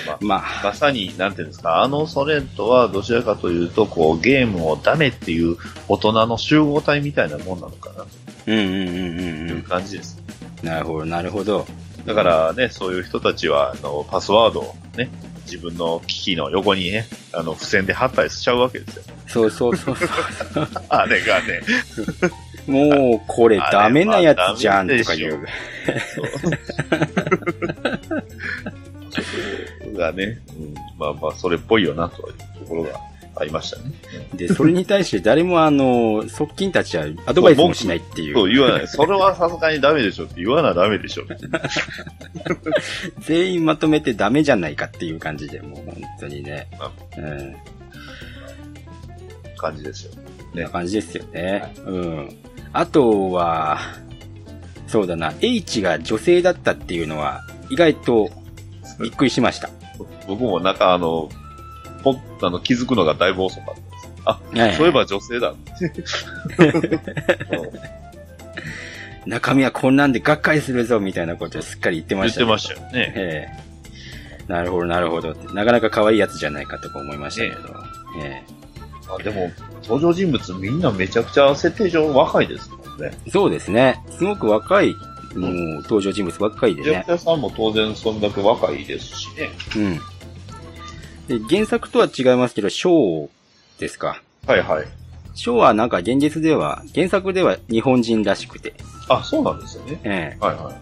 まあま
まあ、
あ、まさに、なんていうんですか、あのソレントはどちらかというと、こう、ゲームをダメっていう大人の集合体みたいなもんなのかな
うんうんうんうんう。
というん感じです。
なるほど、なるほど。
だからね、そういう人たちは、あの、パスワードをね、自分の機器の横にね、あの、付箋で貼ったりしちゃうわけですよ。
そうそうそうそう。
あれがね、
もう、これダメなやつじゃんとか言
あれ
う。
そう。がね、うん、まあまあ、それっぽいよな、というところがありましたね。
で、それに対して誰もあの、側近たちはアドバイスもしないってい
そう
う。
言わない。それはさすがにダメでしょって言わなダメでしょって。
全員まとめてダメじゃないかっていう感じで、もう本当にね。うん。
感じですよ。
こんな感じですよね。うん。あとは、そうだな、H が女性だったっていうのは、意外とびっくりしました。
僕もなんかあの、ポッ、あの、気づくのがだいぶ遅かったです。あ、そういえば女性だ。 うん
中身はこんなんでがっかりするぞみたいなことをすっかり言ってま
言
し
っ
け
たて
ど
ましたよね。
ええなるほど、なるほど。なかなか可愛いやつじゃないかとか思いましたけど。え
あでも、登場人物みんなめちゃくちゃ設定上若いですもんね。
えそうですね。すごく若いもう登場人物ばっかりで
ジャ
ね
ン。プ屋さんも当然そんだけ若いですしね。
うん。で原作とは違いますけど、ショーですか。
はいはい。
ショーはなんか現実では、原作では日本人らしくて、
あ、そうなんですよね。
ええ
はいはい。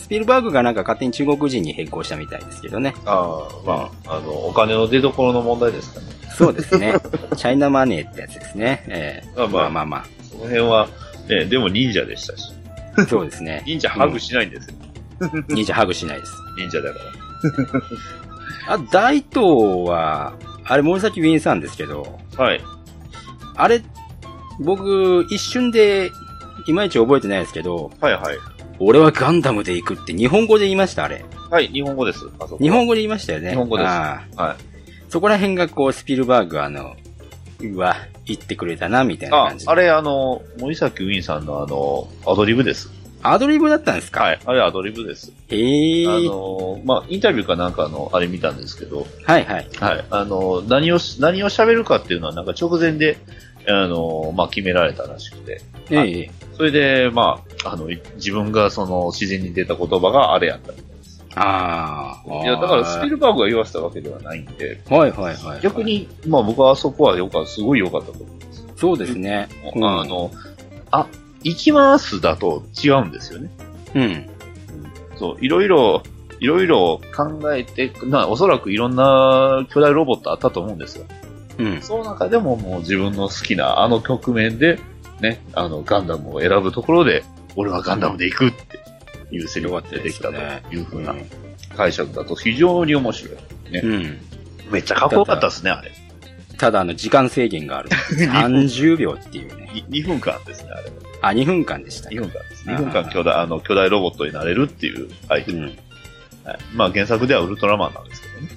スピルバーグがなんか勝手に中国人に変更したみたいですけどね。
ああ、まあ、あの、お金の出所の問題ですかね。
そうです ね。チャイナマネーってやつですね。ええ
まあまあ
まあまあ
その辺は、ね、でも忍者でしたし。
まあ。そうですね。
忍者ハグしないんですよ。
うん忍者ハグしないです。
忍者だから。
あ、大東は、あれ森崎ウィンさんですけど、
はい。
あれ、僕、一瞬で、いまいち覚えてないですけど、
はいはい。
俺はガンダムで行くって日本語で言いました、あれ。
はい、日本語です。あそこ
日本語で言いましたよね。
日本語です
あ
は
あそこら辺がこう、スピルバーグあの、うわ、言ってくれたな、みたい
い。
な
あ
感じ、で。
あれ、あの、森崎ウィンさんのあの、アドリブです。
アドリブだったんですか
はい。あれ、アドリブです。
へえ。
あ
ー。
の、まあ、インタビューかなんかの、あれ見たんですけど、
はいはい。
はい。あの、何をし、何を喋るかっていうのは、なんか直前で、あの、まあ、決められたらしくて。
え
はい
え
それで、まあ、あの、い自分がその、自然に出た言葉があれやったみたいです。
ああ。
いや、だから、スピルバーグが言わせたわけではないんで、
はいはいはい。
逆。に、まあ、僕はあそこはよかすごい良かったと思うんですよ。
そうですね。うん
あの、あ、行きますだと違うんですよね。
うん。
そう、いろいろ、いろいろ考えて、な、おそらくいろんな巨大ロボットあったと思うんですよ。
うん。
その中でももう自分の好きなあの局面で、ね、あの、ガンダムを選ぶところで、俺はガンダムで行くっていうセリフが出てきたというふうな解釈だと非常に面白い。
うん。
めっちゃかっこよかったですね、あれ。
ただ、あの、時間制限 がある。30秒っていうね。
2分間ですね、あれ。
あ、2分間でした。
2分間です。
あー
2分間巨大、あの、巨大ロボットになれるっていうアイテ
う
ム。
ん。
はいまあ原作ではウルトラマンなんですけどね。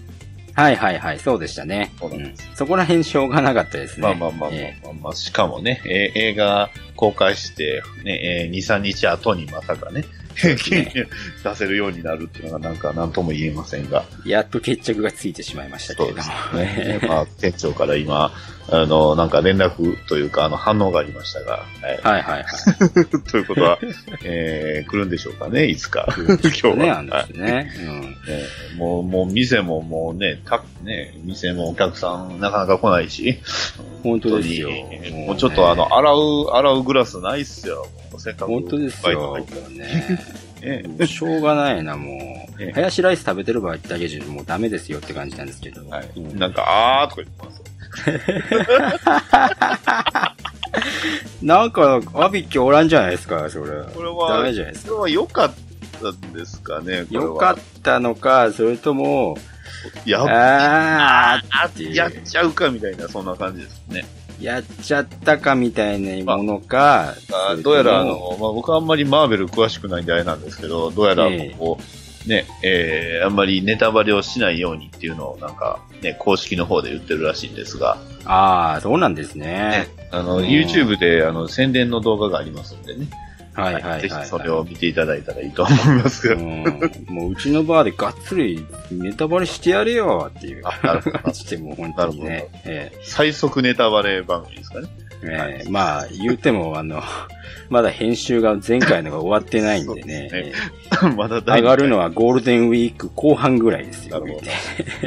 はいはいはい、そうでしたね。
そうなん
ん
です。
そこら辺しょうがなかったですね。
まあまあまあまあ
え
まあまあ、しかもね、えー映画公開して、ね、えー2、3日後にまさかね、 出せるようになるっていうのがなんか何とも言えませんが、
えやっと決着がついてしまいましたけれども。
ねまあ、店長から今、あの、なんか連絡というか、あの、反応がありましたが、は
は
い、
いはいはい。
ということは、 えー来るんでしょうかね、い つか。今日は。
ね、あんで
はい
す ね。うん。
ねもう、もう店ももうね、たね、店もお客さんなかなか来ないし、
本当ですよ。
本当にもうちょっとあの、洗う、洗うグラスないっすよ。もうせっかく。
本当ですよ。ね
ね
しょうがないな、も
ええ
う。ハヤシライス食べてる場合だけじゃもうダメですよって感じなんですけど。
は
う
い。
ん
なんか、あーとか言ってます。
なんか、アビッキおらんじゃないですか、それ。
これ
ダメ
は、
じゃないですか。
これは良かったんですかね、これは。
よかったのか、それとも、
やっ
あ
あ
ていう
やっちゃうかみたいな、そんな感じですね。
ー、やっちゃったかみたいなものか、そ
あ
れとも
どうやら、あの、まあ、僕はあんまりマーベル詳しくないんであれなんですけど、どうやら
ええ
こう、ね、えー、あんまりネタバレをしないようにっていうのをなんか、ね、公式の方で言ってるらしいんですが、
ああ、そうなんです
ね
ね。、
あの、
うん
YouTube で、あの、宣伝の動画がありますんでね。
はいはいはい、はい。
ぜひそれを見ていただいたらいいと思います
う
が。
ん。もううちのバーでがっつりネタバレしてやれよっていう
あなるほど
感じでもう本当に
なる
ね
ほ。
え
最速ネタバレ番組ですかね。
えええまあ言うてもあの、 まだ編集が前回のが終わってないんでね。
そうで
え
まだ
え上
大
がるのはゴールデンウィーク後半ぐらいですよ。
なるほど
言うて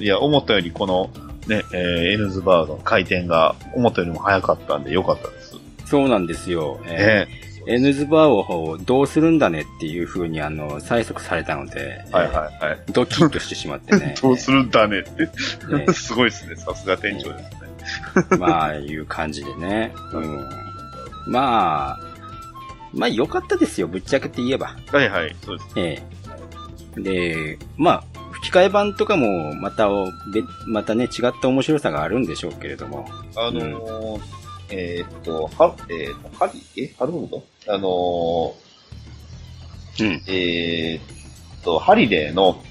いや、思ったよりこの、ね、えー、エヌズバーの回転が思ったよりも早かったんで良かったです。
そうなんですよ。ええ
ね、
N ズバーをどうするんだねっていう風にあの、催促されたので、
はいはいはい。。
ドキッとしてしまってね
どうするんだねって。
ええ
すごいですね。さすが店長ですね。
まあ、いう感じでね。うん。まあ、まあ良かったですよ、ぶっちゃけて言えば。
はいはい。そうで
ええ。
す。
で、まあ、吹き替え版とかも、またお、べまたね、違った面白さがあるんでしょうけれども。
あのーえーっと、は、えーっと、ハリ、え、ハロルドあの
うん。
ーえーっと、ハリデーの、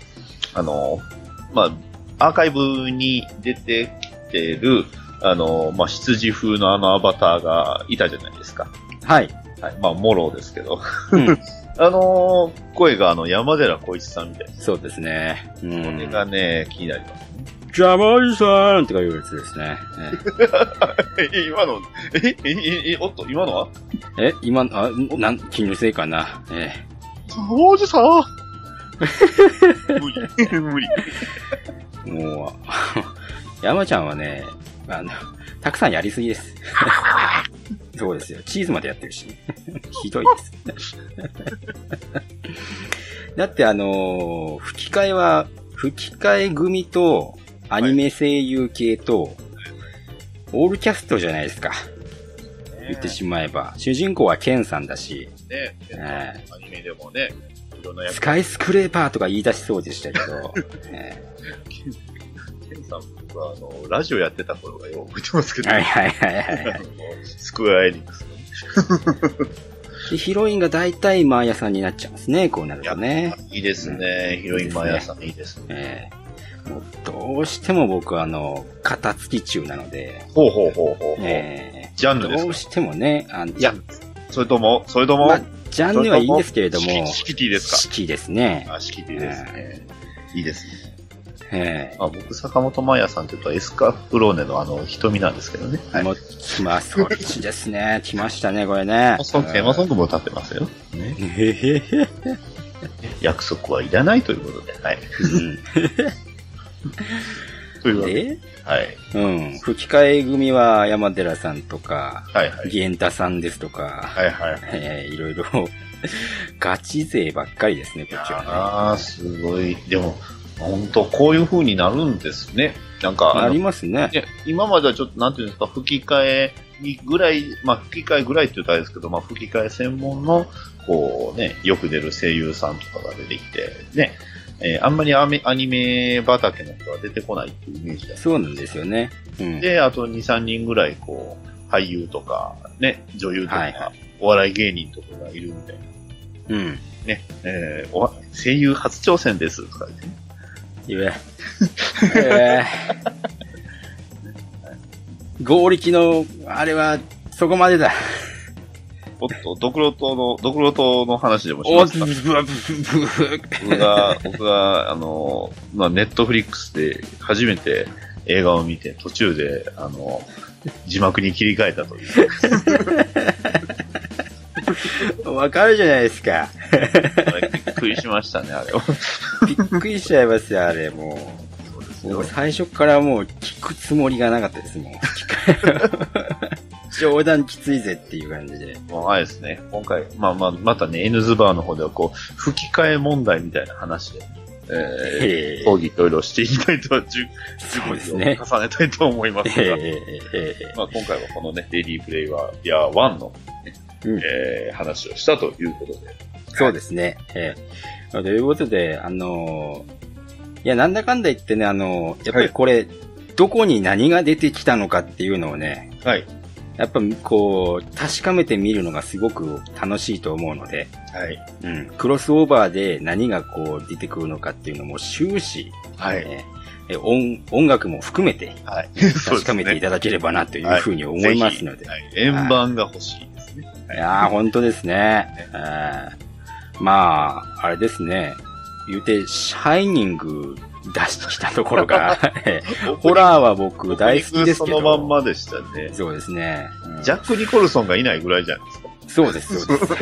あのーまあ、アーカイブに出てきてる、あのーまあ、羊風のあのアバターがいたじゃないですか。
はい。
はい。まあ、モローですけど。
うん、
あのー声があの、山寺小一さんみたいです。
そうですね。う
これ
ん。
がね、気になります。
ジャマイさんとかいうやつですね。え
え、今の、え、え、え、えおっと、今のは
ええ、今の、あ、なん、気のせいかな。ええ。
王子さん無理。無理。
もう、 山ちゃんはね、あの、たくさんやりすぎです。そうですよ。チーズまでやってるし、ね、 ひどいです。 だってあのー吹き替えは、吹き替え組と、アニメ声優系と、オールキャストじゃないですか。言ってしまえば。主人公はケンさんだし、
ね
え
アニメでもね、いろんな
ー
役
スカイスクレーパーとか言い出しそうでしたけど、え
ケンさん、僕はあの、ラジオやってた頃がよく覚えてますけ
ー
ど、
はいはいはいはいはい
あ。のスクエアエニックスのね
で、ヒロインが大体マーヤさんになっちゃうんですね、こうなるとね。
いいですね。ヒロインマヤさん、いいですね。
ええもうどうしても僕はあの、肩付き中なので、
ほうほうほうほうほう。
え
ジャ
え
ンルです
どう
か
してもね、あの
いや、それとも、それとも、
まあ、ジャンルはいいんですけれども、
シキティですか
好きですね。
あ、シキティですね。いいですね。
ええ
あ、僕、坂本真綾さんというと、エスカフローネのあの、瞳なんですけどね。はい。
もう、まあ、そっちですね。来ましたね、これね
テ。ーマソングも歌ってますよ。ね。
ええ
約束はいらないということで、はい。という
うん
わけで、
で、
はい。
うん。吹き替え組は山寺さんとか、
はいはい。
源太さんですとか、
はいはい。
えー、いろい ろ、ガチ勢ばっかりですね、こっちは
ああ、すごい。でも、本当こういう風になるんですね。なんか、
ね。
あ
あ
の
りますね。
ね、今まではちょっと、なんていうんですか、吹き替えにぐらい、まあ、吹き替えぐらいって言ったらあれですけど、まあ、吹き替え専門の、こうね、よく出る声優さんとかが出てきて、ね、えーあんまりアメアニメ畑の人は出てこないっていうイメージだ
そうなんですよね。うん。
で、あと2、3人ぐらい、こう、俳優とか、ね、女優とか、
はいは
お笑い芸人とかがいるみたいな。
うん。
ね、えーおわ声優初挑戦ですとか言ってね、
ゆ え。えー、合力の、あれは、そこまでだ。
おっと、ドクロ島の、ドクロ島の話でもし
お
ま
っ
す
ぶ
か
ぶぶぶ
僕が、僕が、あの、まあ、ネットフリックスで初めて映画を見て、途中で、あの、字幕に切り替えたと いう。
ぶわかるじゃないですか。
びっくりしましたね、あれは。
びっくりしちゃいますよ、あれ、も
そうです
う。もう最初からもう聞くつもりがなかったです もん。冗談きついぜっていう感じで。
もうあれですね、今回、まあまあ、またね、N ズバーの方では、こう、吹き替え問題みたいな話で、
え
えー、
え
講義いろいろしていきたいとは、じゅ
そうです
重
ね
ね。重ねたいと思いま
え
す
え
が、
ええええ
まあ、今回はこのね、レディープレイは、イヤー1の、
うん
えー話をしたということで、
そうですね。ええということで、あのーいや、なんだかんだ言ってね、あのーやっぱりこれ、どこに何が出てきたのかっていうのをね、
はい。
やっぱこう、確かめてみるのがすごく楽しいと思うので、
はい。
うん、クロスオーバーで何がこう出てくるのかっていうのも終始、
はい。
ええ音音楽も含めて
はい。
確かめていただければなというふうに思いますので。
はい、円盤が欲しいですね。
いやー、本当ですね。えーまあ、あれですね。言うて、シャイニング出してきたところ が、えーホラーは僕大好きですけど。
そのまんまでしたね。
そうですね。
ジャック・ニコルソンがいないぐらいじゃないですか。
そうです、そうです。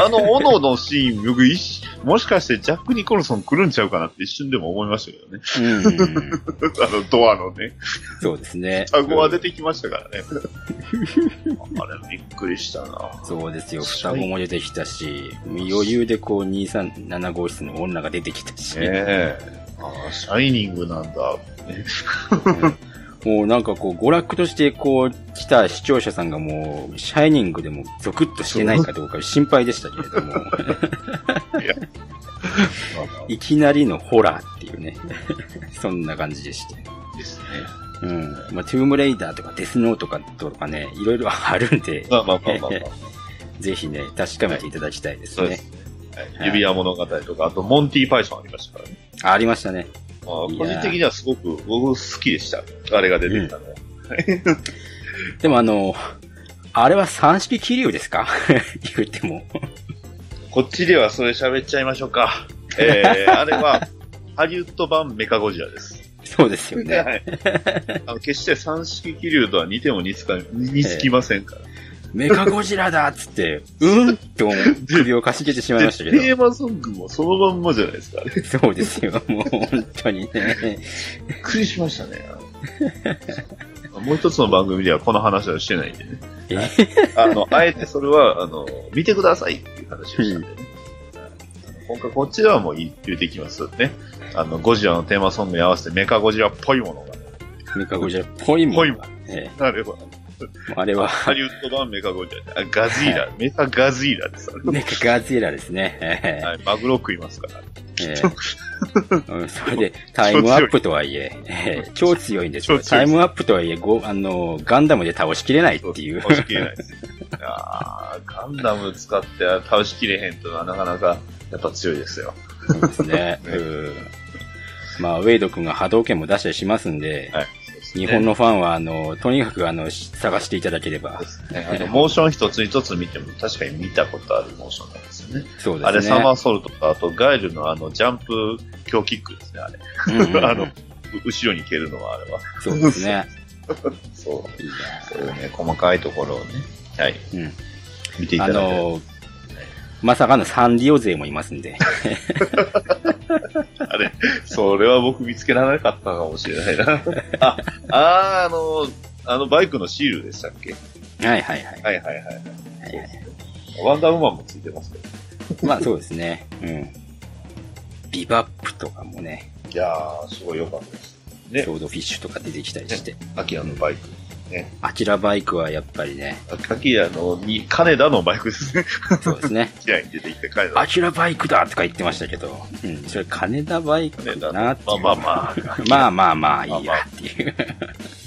あの、斧のシーン、僕一瞬、もしかしてジャック・ニコルソン来るんちゃうかなって一瞬でも思いましたけどね。
うん。
あの、ドアのね、
そうですね。
タゴは出てきましたからね。あれ、びっくりしたな。
そうですよ。双子も出てきたし、余裕でこう、237号室の女が出てきたし、
ええああ、シャイニングなんだ。
もうなんかこう、娯楽としてこう、来た視聴者さんがもう、シャイニングでもゾクッとしてないかどうか心配でしたけれども。いきなりのホラーっていうね。 そんな感じでして。
ですね。
うん。まあ、トゥームレイダーとかデスノートかとかね、いろいろあるんで、
まあまあまあまあまあ。
ぜひね、確かめていただきたいです
そうで
ね
す。ね。はい、指輪物語とか、あと、モンティ・パイソンありましたからね。
あありましたね。
まあ、個
いやー
人的にはすごく、僕好きでした。あれが出てきたのは。
でもあの、あれは三式気流ですか 言っても。
こっちではそれ喋っちゃいましょうか。え ー、あれは、ハリウッド版メカゴジラです。
そうですよ ね。
はい。あの決して三式気流とは似ても似つか、似つきませんから。
メカゴジラだっつって、うんって思う首をかしげてしまい
で
ましたけど
テ。ーマソングもそのまんまじゃないですか。あれびっ
そうです よ、もう本当にね。
くりしまし たね。もう一つの番組ではこの話はしてないんでね。
え
あの、あえてそれは、あの、見てくださいっていう話をしたんでね。今回こっちではもう言ってきますね。あの、ゴジラのテーマソングに合わせてメカゴジラっぽいものが。
メカゴジラっぽいもん。
ぽいもん
え
なるほど。
えあれ は、
ハリウッド版メカゴジラ。あガズイラ。メカガズイラです。は
メカガズイラですね。え
い。マグロ食いますから。
えええうんそれ で、タイムアップとはいえ、ええ超強いんですよ。
超強
タ
い
イムアップとはいえ、ごあの、ガンダムで倒しきれないっていう。
倒しきれない です。あーガンダム使って倒しきれへんというのはなかなかやっぱ強いですよ。
そうですね。 うんまあ、ウェイド君が波動拳も出したりしますんで、
はい。そうです
日
ね
本のファンは、あの、とにかく、あの、し探していただければ
そうで。すね。あの、モーション一つ一つ見ても確かに見たことあるモーションなんですよね。
そうですね。
あれサマーソルトと、あとガイルのあの、ジャンプ強キックですね、あれ。
うんうんうん
あの、う後ろに蹴るのはあれは。
そうですね。
そう。
いい
そういうね、細かいところをね、はい、
なうん
見てい
あ
ただいて。
の、まさかのサンリオ勢もいます んで。
あれ、それは僕見つけられなかったかもしれないな。あ、あー、あの、あのバイクのシールでしたっけ
はいはいはい。
はいはいはいはい。
はいはい
ワンダーウーマンもついてますけど。
まあそうですね。うん。ビバップとかもね、
いやー、すごい良かったです。ね
ロードフィッシュとか出てきたりして。
アキラのバイク。ね。
アキラバイクはやっぱりね、
アキラのに、金田のバイクですね。
そうですね。
アキラに出てきて金田
ア。キラバイクだとか言ってましたけど、うん、それ金田バイク
金
だ
田
な
ま
ってい
あ
う。
まあまあ。
まあまあまあいい
まあ
やっていう。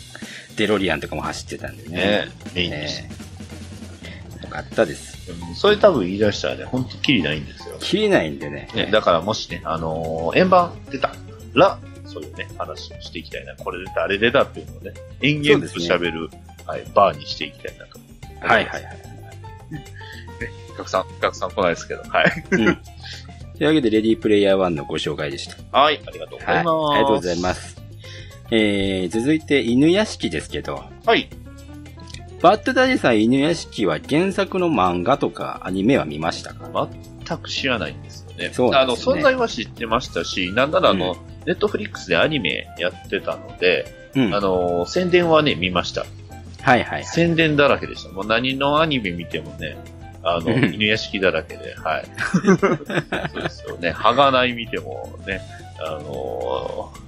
デロリアンとかも走ってたんでね
ね。、メインでし
ねよかったです。
た。うんそれ多分言い出したらね、ほんときりないんですよ。
切れないんでね。
ね、だからもしね、あのー円盤出たら、そういうね、話をしていきたいな。これ出た、あれ出たっていうのをね、延々と喋る、はい、バーにしていきたいなと。
はいはいはい。
お客さん、お客さん来ないですけど。はい。
うんというわけで、レディープレイヤー1のご紹介でした。
はい、ありがとうござ
あ
います。
りがとうございます。えー、続いて、犬屋敷ですけど、
す。はい。
バッドダディさん犬屋敷は原作の漫画とかアニメは見ましたか
全く知らないんですよね。
そうな
あ
んで
の、
すよ
存
ね
在は知ってましたし、なんならあの、
う
ネットフリックスでアニメやってたので、
うん。
あ
はい
のー、宣伝はね、見ました。
はいはい。
宣伝だらけでした。もう何のアニメ見てもね、あの、
うん
犬屋敷だらけで、はい。そうですよね。はがない見てもね、あのー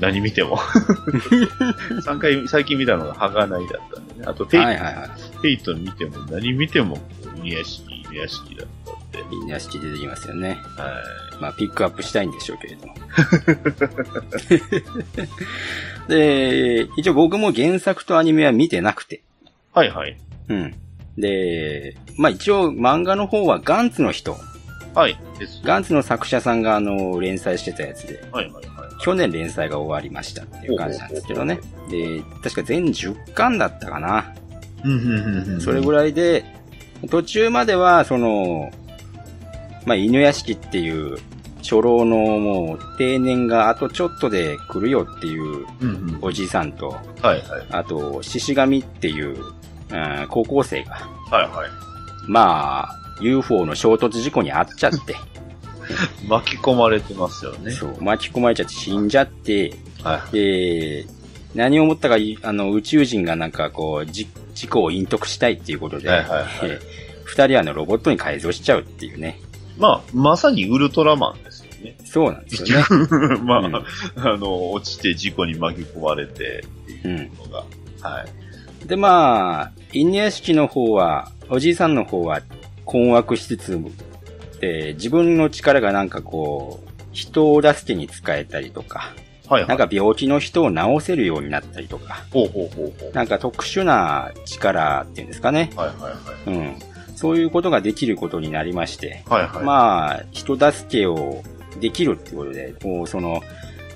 何見て も。3回、最近見たのがはがないだったんでね。あと、ペイ,、
はいはいは
ペイトン見ても、何見ても、犬屋敷、犬屋敷だったんで。
い。犬屋敷出てきますよね。
はい。
まあ、ピックアップしたいんでしょうけれど も。で、一応僕も原作とアニメは見てなくて。
はいはい。
うん。で、まあ一応漫画の方はガンツの人。
はい。です。
ガンツの作者さんがあの、連載してたやつで。
はいはいはい。
去年連載が終わりましたっていう感じなんですけどね。で、確か全10巻だったかな。それぐ
らい。
らいで、途中までは、その、まあ、犬屋敷っていう、初老のもう定年があとちょっとで来るよっていう
うんうん。
おじさんと、
はいはい。
あと、獅子神っていう、うん高校生が、
はいはい。
まあ、UFO の衝突事故に遭っちゃって、
巻き込まれてますよね。
そう巻き込まれちゃって死んじゃって、
はい。
で、何を思ったか、いあの、宇宙人がなんかこう、じ事故を隠匿したいっていうことで、
はいはいはい
えー二人はあのロボットに改造しちゃうっていうね。
まあ、まさにウルトラマンですよね。
そうなんですよね。
まあ、
うん
あの、落ちて事故に巻き込まれてっていうのが、はい。
で、まあ、犬屋敷の方は、おじいさんの方は困惑しつつ、で、自分の力がなんかこう、人を助けに使えたりとか、
はいは。
ないんか病気の人を治せるようになったりとか、
ほうほうほうほう。
なんか特殊な力っていうんですかね。
はいはいはい。
うん。そういうことができることになりまして、
はいはい。
まあ、人助けをできるってことで、もうその、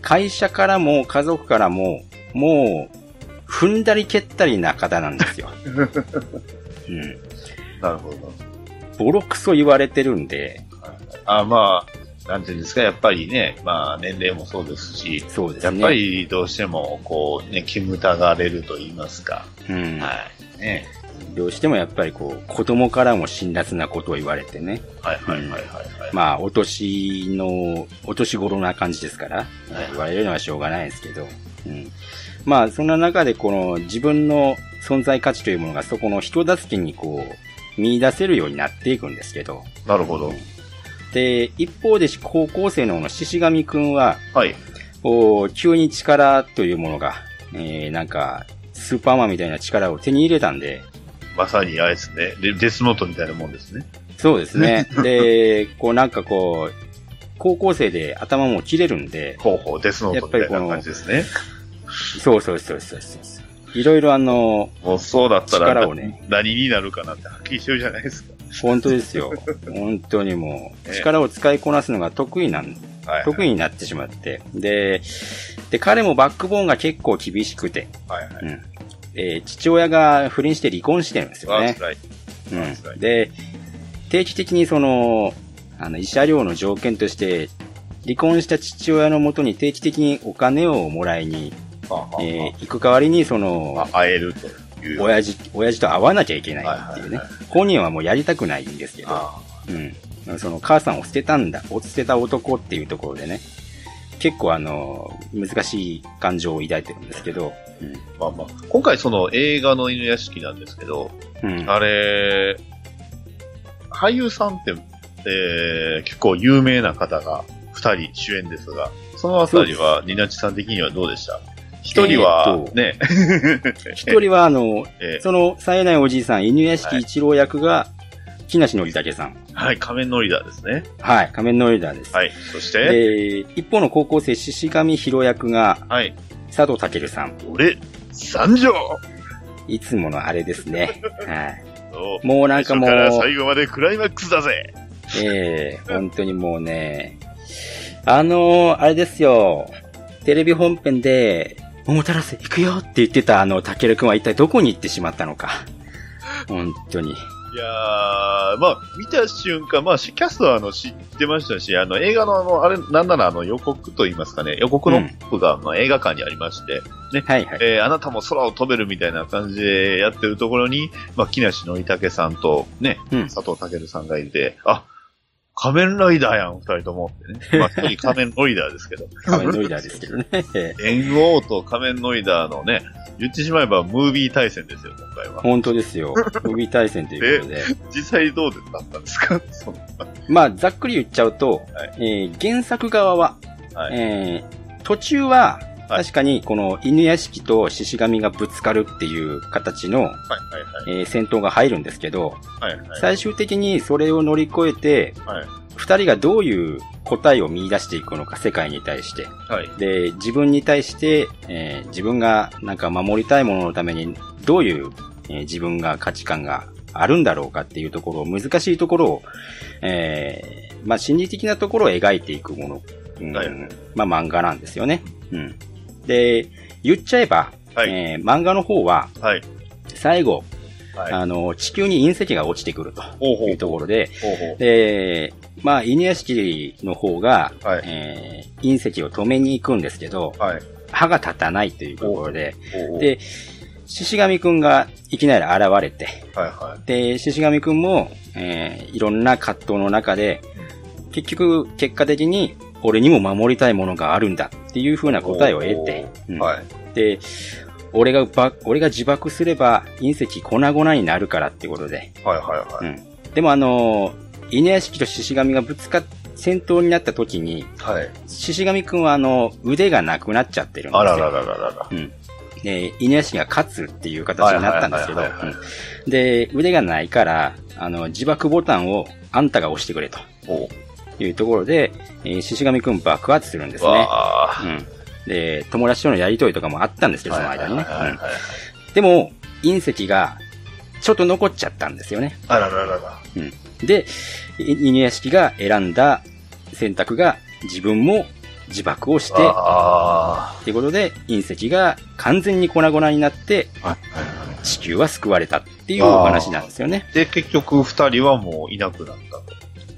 会社からも家族からも、もう、踏んだり蹴ったりな方なんです よ。うん。
なるほど。
ボロクソ言われてるんで、
あまあ、なんていうんですか、やっぱりね、まあ、年齢もそうですし、
そうです
やっ
ね。
ぱ、りどうしても、こう、ね、煙たがれると言いますか。
うん。
はい。ね。
どうしてもやっぱりこう、子供からも辛辣なことを言われてね。
はいはいはいはいはい。
まあ、お年の、お年頃な感じですから、
はい
言われるのはしょうがないですけど、うん。まあ、そんな中でこの自分の存在価値というものがそこの人助けにこう、見出せるようになっていくんですけど、
なるほど。
で、一方で高校生の方の獅子神くんは、
はい。
お急に力というものが、えー、なんか、スーパーマンみたいな力を手に入れたんで、
まさにあれですね。でデスノートみたいなもんですね。
そうです ね。で、こうなんかこう、高校生で頭も切れるんで、
ほうほう、デスノートみたい
やっぱりこの
な感じですね。
そうそうそうそうそうそう。いろいろあの、
もうそうだったら、
力をね
何になるかなってはっきりしてるじゃないですか。
本当です よ。本当にもう、
ええ
力を使いこなすのが得意なん、
はい、はい。
得意になってしまって。で、で、彼もバックボーンが結構厳しくて、
はいはい。
うん。えー父親が不倫して離婚してるんですよ
あ
ね。
辛い。
うん。で、定期的にその、あの、慰謝料の条件として、離婚した父親のもとに定期的にお金をもらいに、
はあはあはあ
えー行く代わりに、その
あ、会えるという。
親父、親父と会わなきゃいけないっていうね
はいはいはい。
本人はもうやりたくないんですけど、
あ
うん。その、母さんを捨てたんだ、を捨てた男っていうところでね、結構あの、難しい感情を抱いてるんですけど、
ーまあまあ、今回その映画の犬屋敷なんですけど、
うん。うん。
あれ、俳優さんって、えー結構有名な方が2人主演ですが、そのあたりは、ニナチさん的にはどうでした一人は
えー、と
ね、
一人はあの、
えー
その、冴えないおじいさん、犬屋敷一郎役が、木梨憲武さん。
はい、仮面ノリダーですね。
はい、仮面ノイダーです。
はい、そして、
で、一方の高校生、獅子神博役が、
はい、
佐藤健さん。
俺、三条
いつものあれですね。はい。
お
もうなんかもう
最初から最後までクライマックスだぜ
ええ本当にもうね、あのーあれですよ、テレビ本編で、桃太郎さん行くよって言ってたあの、たけるくんは一体どこに行ってしまったのか。本当に。
いやー、まあ、見た瞬間、まあ、しキャストはあの知ってましたし、あの映画のあの、あれ、なんならあの予告と言いますかね、予告の
うん
僕が、まあ、映画館にありまして、
はい はい。
えーあなたも空を飛べるみたいな感じでやってるところに、まあ、木梨憲武さんとね、
うん。
佐藤健さんがいて、あ、仮面ライダーやん、二人ともってね。まあ、一人仮面ライダーですけど。
仮面ノイダーですけどね。
猿王と仮面ライダーのね、言ってしまえばムービー対戦ですよ、今回は。
本当ですよ。海対戦ということで。
実際どうだったんですかその
まあ、ざっくり言っちゃうと、
は
えー原作側は、
はい
えー途中は、
はい
確かにこの犬屋敷と獅子神がぶつかるっていう形の、
はいはいはい。
えー戦闘が入るんですけど、
はいはい。
最終的にそれを乗り越えて、
はい
二人がどういう答えを見出していくのか、世界に対して。
はい。
で、自分に対して、えー自分がなんか守りたいもののために、どういう、えー自分が価値観があるんだろうかっていうところを、難しいところを、えーまあ、心理的なところを描いていくもの、うん
はい
まあ、漫画なんですよね。うん。で、言っちゃえば、
はい
えー漫画の方は、
はい。
最後、
はい。
あの、地球に隕石が落ちてくると
ほうほ
いう
う。
ところで、
ほうほ
で、まあ、犬屋敷の方が、
う。はい。
えー隕石を止めに行くんですけど、
はい。
歯が立たないというところで、
ほうほう。
で、獅子神くんがいきなり現れて、
はいは。
で、獅子神くんも、えーいろんな葛藤の中で、結局、結果的に、俺にも守りたいものがあるんだっていう風ない答えを得て、うん
はい。
で、俺がば、俺が自爆すれば隕石粉々になるからってことで、
はいはいはい。
でもあのー犬屋敷と獅子神がぶつかっ、戦闘になった時に、
はい。
獅子神くんはあの、腕がなくなっちゃってるんですよ。
あらららららら。
で、犬屋敷が勝つっていう形になったんですけど、
はいはいはいはい
うんで、腕がないから、あの、自爆ボタンをあんたが押してくれと
ほ
いうところで、えー獅子神くん爆発するんです
う。
ね。
わ
う
あ。
ん。で、友達とのやりとりとかもあったんですけど、その間にね。
はいはいはいはい。
うんでも、隕石が、ちょっと残っちゃったんですよね。
あらららら。
で、い犬屋敷が選んだ選択が自分も自爆をして、
あ
っていうことで隕石が完全に粉々になって
あ。はいはいは
地球は救われたっていうお話なんですよね。
い。で、結局二人はもういなくなったと。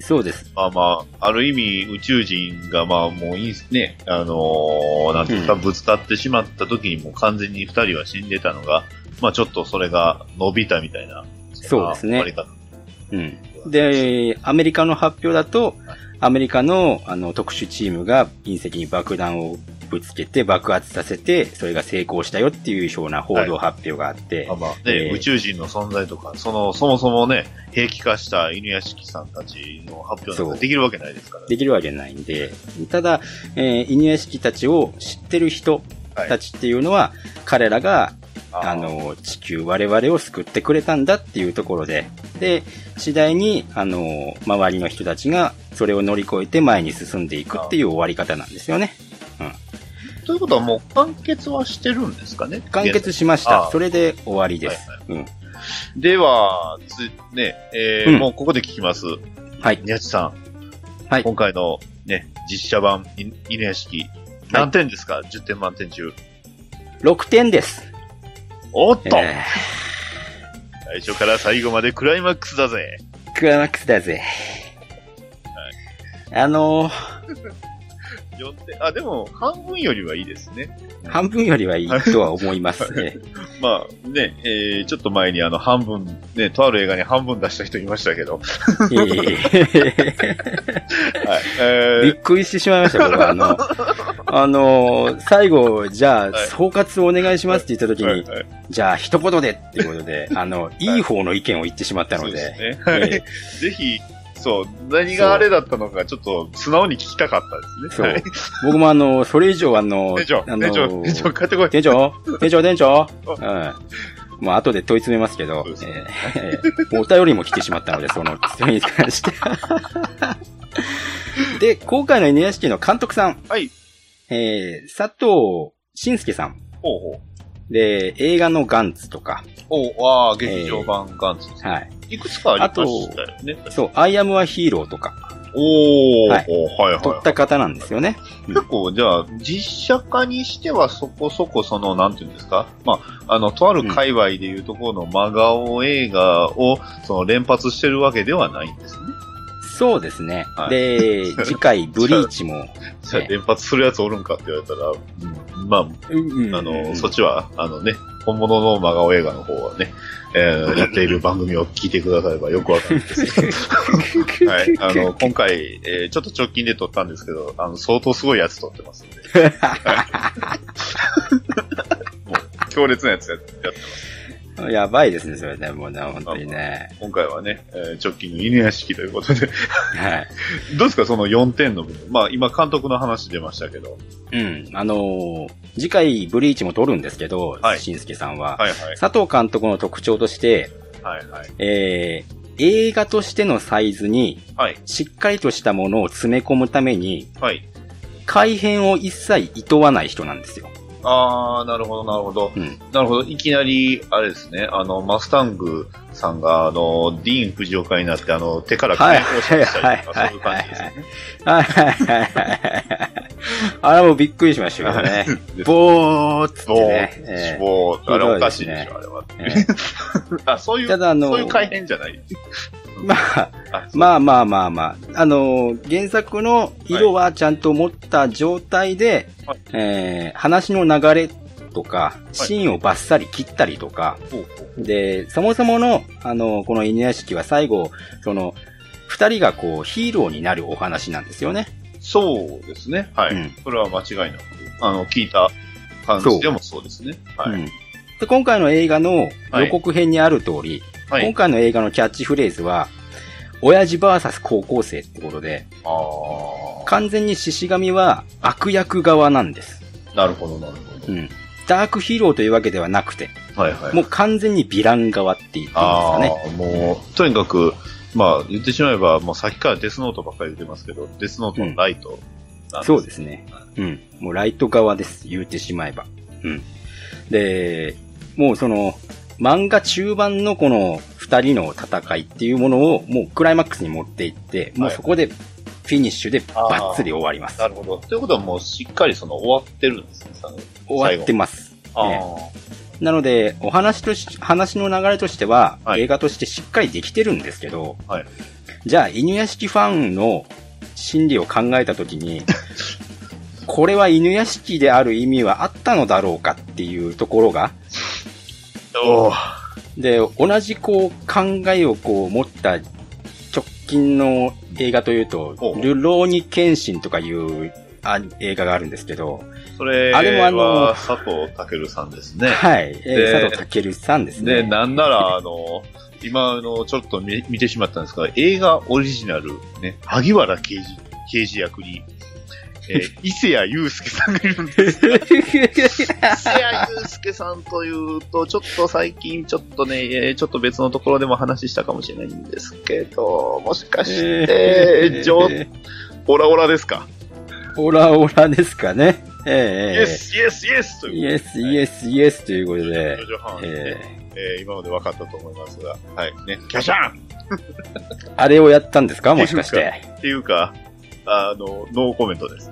そうです。
まあまあ、ある意味宇宙人がまあもういいですね。あのー、なんていうか、
うん
ぶつかってしまった時にもう完全に二人は死んでたのが、まあちょっとそれが伸びたみたいな。
そうですね
あり方
うん。で、アメリカの発表だと、アメリカのあの特殊チームが隕石に爆弾をぶつけて爆発させて、それが成功したよっていうような報道発表があって、
まあまあね
えー
宇宙人の存在とか、その、そもそもね、兵器化した犬屋敷さんたちの発表なん
そう
てできるわけないですからね。
できるわけないんで、ただ、えー、犬屋敷たちを知ってる人
はい
たちっていうのは、彼らが、
ー
あ、の、地球我々を救ってくれたんだっていうところで、で、次第に、あの、周りの人たちがそれを乗り越えて前に進んでいくっていう終わり方なんですよね。
ということはもう完結はしてるんですかね
完結しまし
あ
た。
ー
それで終わりです。
は
うん。
では、つ、ね、えー
うん
もうここで聞きます。
はい。
宮地さん。
はい
今回のね、実写版、い犬屋敷。何点ですか、?10 点満点中。
6点です。
おっと、
え
最初から最後までクライマックスだぜ。
ー、クライマックスだぜ。あの
4点。あ、でも、半分よりはいいですね。
ー半分よりはいいとは思います ね。
まあ、ね、えーちょっと前にあの、半分、ね、とある映画に半分出した人いましたけ ど。
いえいえ
はい。え
び
ー
っくりしてしまいました、僕は。あ の、あの、最後、じゃあ、
はい
総括をお願いしますって言った時
はい
に、
はい
じゃあ、一言でっていうことで、あ の、いい方の意見を言ってしまった
そ
の
うです
で、
ね。はい。
え
ぜひ、そう、何があれだったのか、ちょっと素直に聞きたかったです
そ
ね。
う
はい。。
僕もあの、それ以上あの、
店長、
あの
店長、店長、買ってこい。
店長店長店長うん。もう後で問い詰めますけど
そうです、ね
えー もうお便りも来てしまったので、その、それに関 して。で、今回の NHK の監督さん、
はい。
えー、佐藤慎介さん。
ほうほう。
で、映画のガンツとか、
おう、ああ、劇場版ガンツですね。
はい。
いくつかありましたよね。
そう、アイアムはヒーローとか、
おー、
はい
おはいはい
撮
は
っ
い。
た方なんですよね。
結構、じゃあ、実写化にしてはそこそこその、なんていうんですかまあ、あの、とある界隈でいうところの真顔映画を、その、連発してるわけではないんですね。
そうですね。
はい
で、次 回、ブリーチも、
じゃあ、連発するやつおるんかって言われたら、うん、まあ、
うん
あの、そっちは、あのね、本物の真顔映画の方はね、えー、やっている番組を聞いてくださればよくわかるんですけど、 はい。あの、今回、えーちょっと直近で撮ったんですけど、あの、相当すごいやつ撮って ますんで。はい、もう、強烈なやつやってます。
やばいですね、それね、もうね、本当にね。
今回はね、えー直近の犬屋敷ということで、
はい。
どうですか、その4点の部分。まあ、今、監督の話出ましたけど、
うん。あのー次回、ブリーチも撮るんですけど、
はい
しんすけさんは、
はいはい、
佐藤監督の特徴として、
はいはい。
えー、映画としてのサイズに、
はい、
しっかりとしたものを詰め込むために、
はい。
改変を一切厭わない人なんですよ。
あー、なるほど、なるほど。
うん。
なるほど。いきなり、あれですね、あの、マスタングさんが、あの、ディーン・フジオカになって、あの、手から
はい
解放し
は
た
い
りと
は
か、
い
そういう感じですね。
はいはいはいはい。あれもびっくりしましたけど ね。ぼーっつって
もう、
ね。えー
もう、あ
ひ
れ
ど
お
いで
か
す
しいで
ね
しょ、あれは。
えー
あ、そういう、
ただあの
そういう改変じゃない。
まあ、ま
あ
あまあまあまあ、あのー、原作の色はちゃんと持った状態で、
はい
えー話の流れとか、シーンをバッサリ切ったりとか、
そうほう
で、そもそもの、あのー、この犬屋敷は最後、その、二人がこう、ヒーローになるお話なんですよね。
そうですね。はい。
うん
それは間違いなく。あの、聞いた感じでもそうですね。はい。
うんで今回の映画の予告編にある通り、
は
今
い。
回の映画のキャッチフレーズは、親父 VS 高校生ってことで、
ああ
完全に獅子神は悪役側なんです。
ー。なるほど、なるほ
う
ど。
ん。ダークヒーローというわけではなくて、
はいはい。
もう完全にヴィラン側って言っていいんです
あ
か
あ
ね。
ーもう、とにかく、まあ、言ってしまえば、もうさっきからデスノートばっかり言ってますけど、デスノートのライトなん
そうですね。うん。もうライト側です。言うてしまえば。うん。で、もうその、漫画中盤のこの二人の戦いっていうものをもうクライマックスに持っていって、もうそこでフィニッシュでバッツリ終わります
な。るほど。ということはもうしっかりその終わってるんですね、最後
終わってます。
あ
えなので、お話とし、話の流れとしては、
はい
映画としてしっかりできてるんですけど、
はい
じゃあ、犬屋敷ファンの心理を考えたとき に、これは犬屋敷である意味はあったのだろうかっていうところが、
お
で、同じこう考えをこう持った直近の映画というと
お、
ルローニケンシンとかいうあ映画があるんですけど、
それ
あれもあの
は佐藤健さんですね。
はい、えー
で
佐藤健さん です
で、
ね。
なんなら、あの、今、あの、ちょっと見見てしまったんですが、映画オリジナル、ね、萩原刑事、刑事役に、え ー伊勢谷友介さんがいるんです。伊勢谷友介さんというと、ちょっと最近、ちょっとね、えーちょっと別のところでも話したかもしれないんですけど、もしかして、ジョ、オラオラですか、
オラオラですかね。え
イエス、イエス、イエスと
え
いう
イエス、イエス、イエスということで
ジョ、ジョハンね、
え
えー今まで分かったと思いますが、はい、ね、キャシャン
えあれをやったんですかもしかして。
っていうか、あの、ノーコメントです。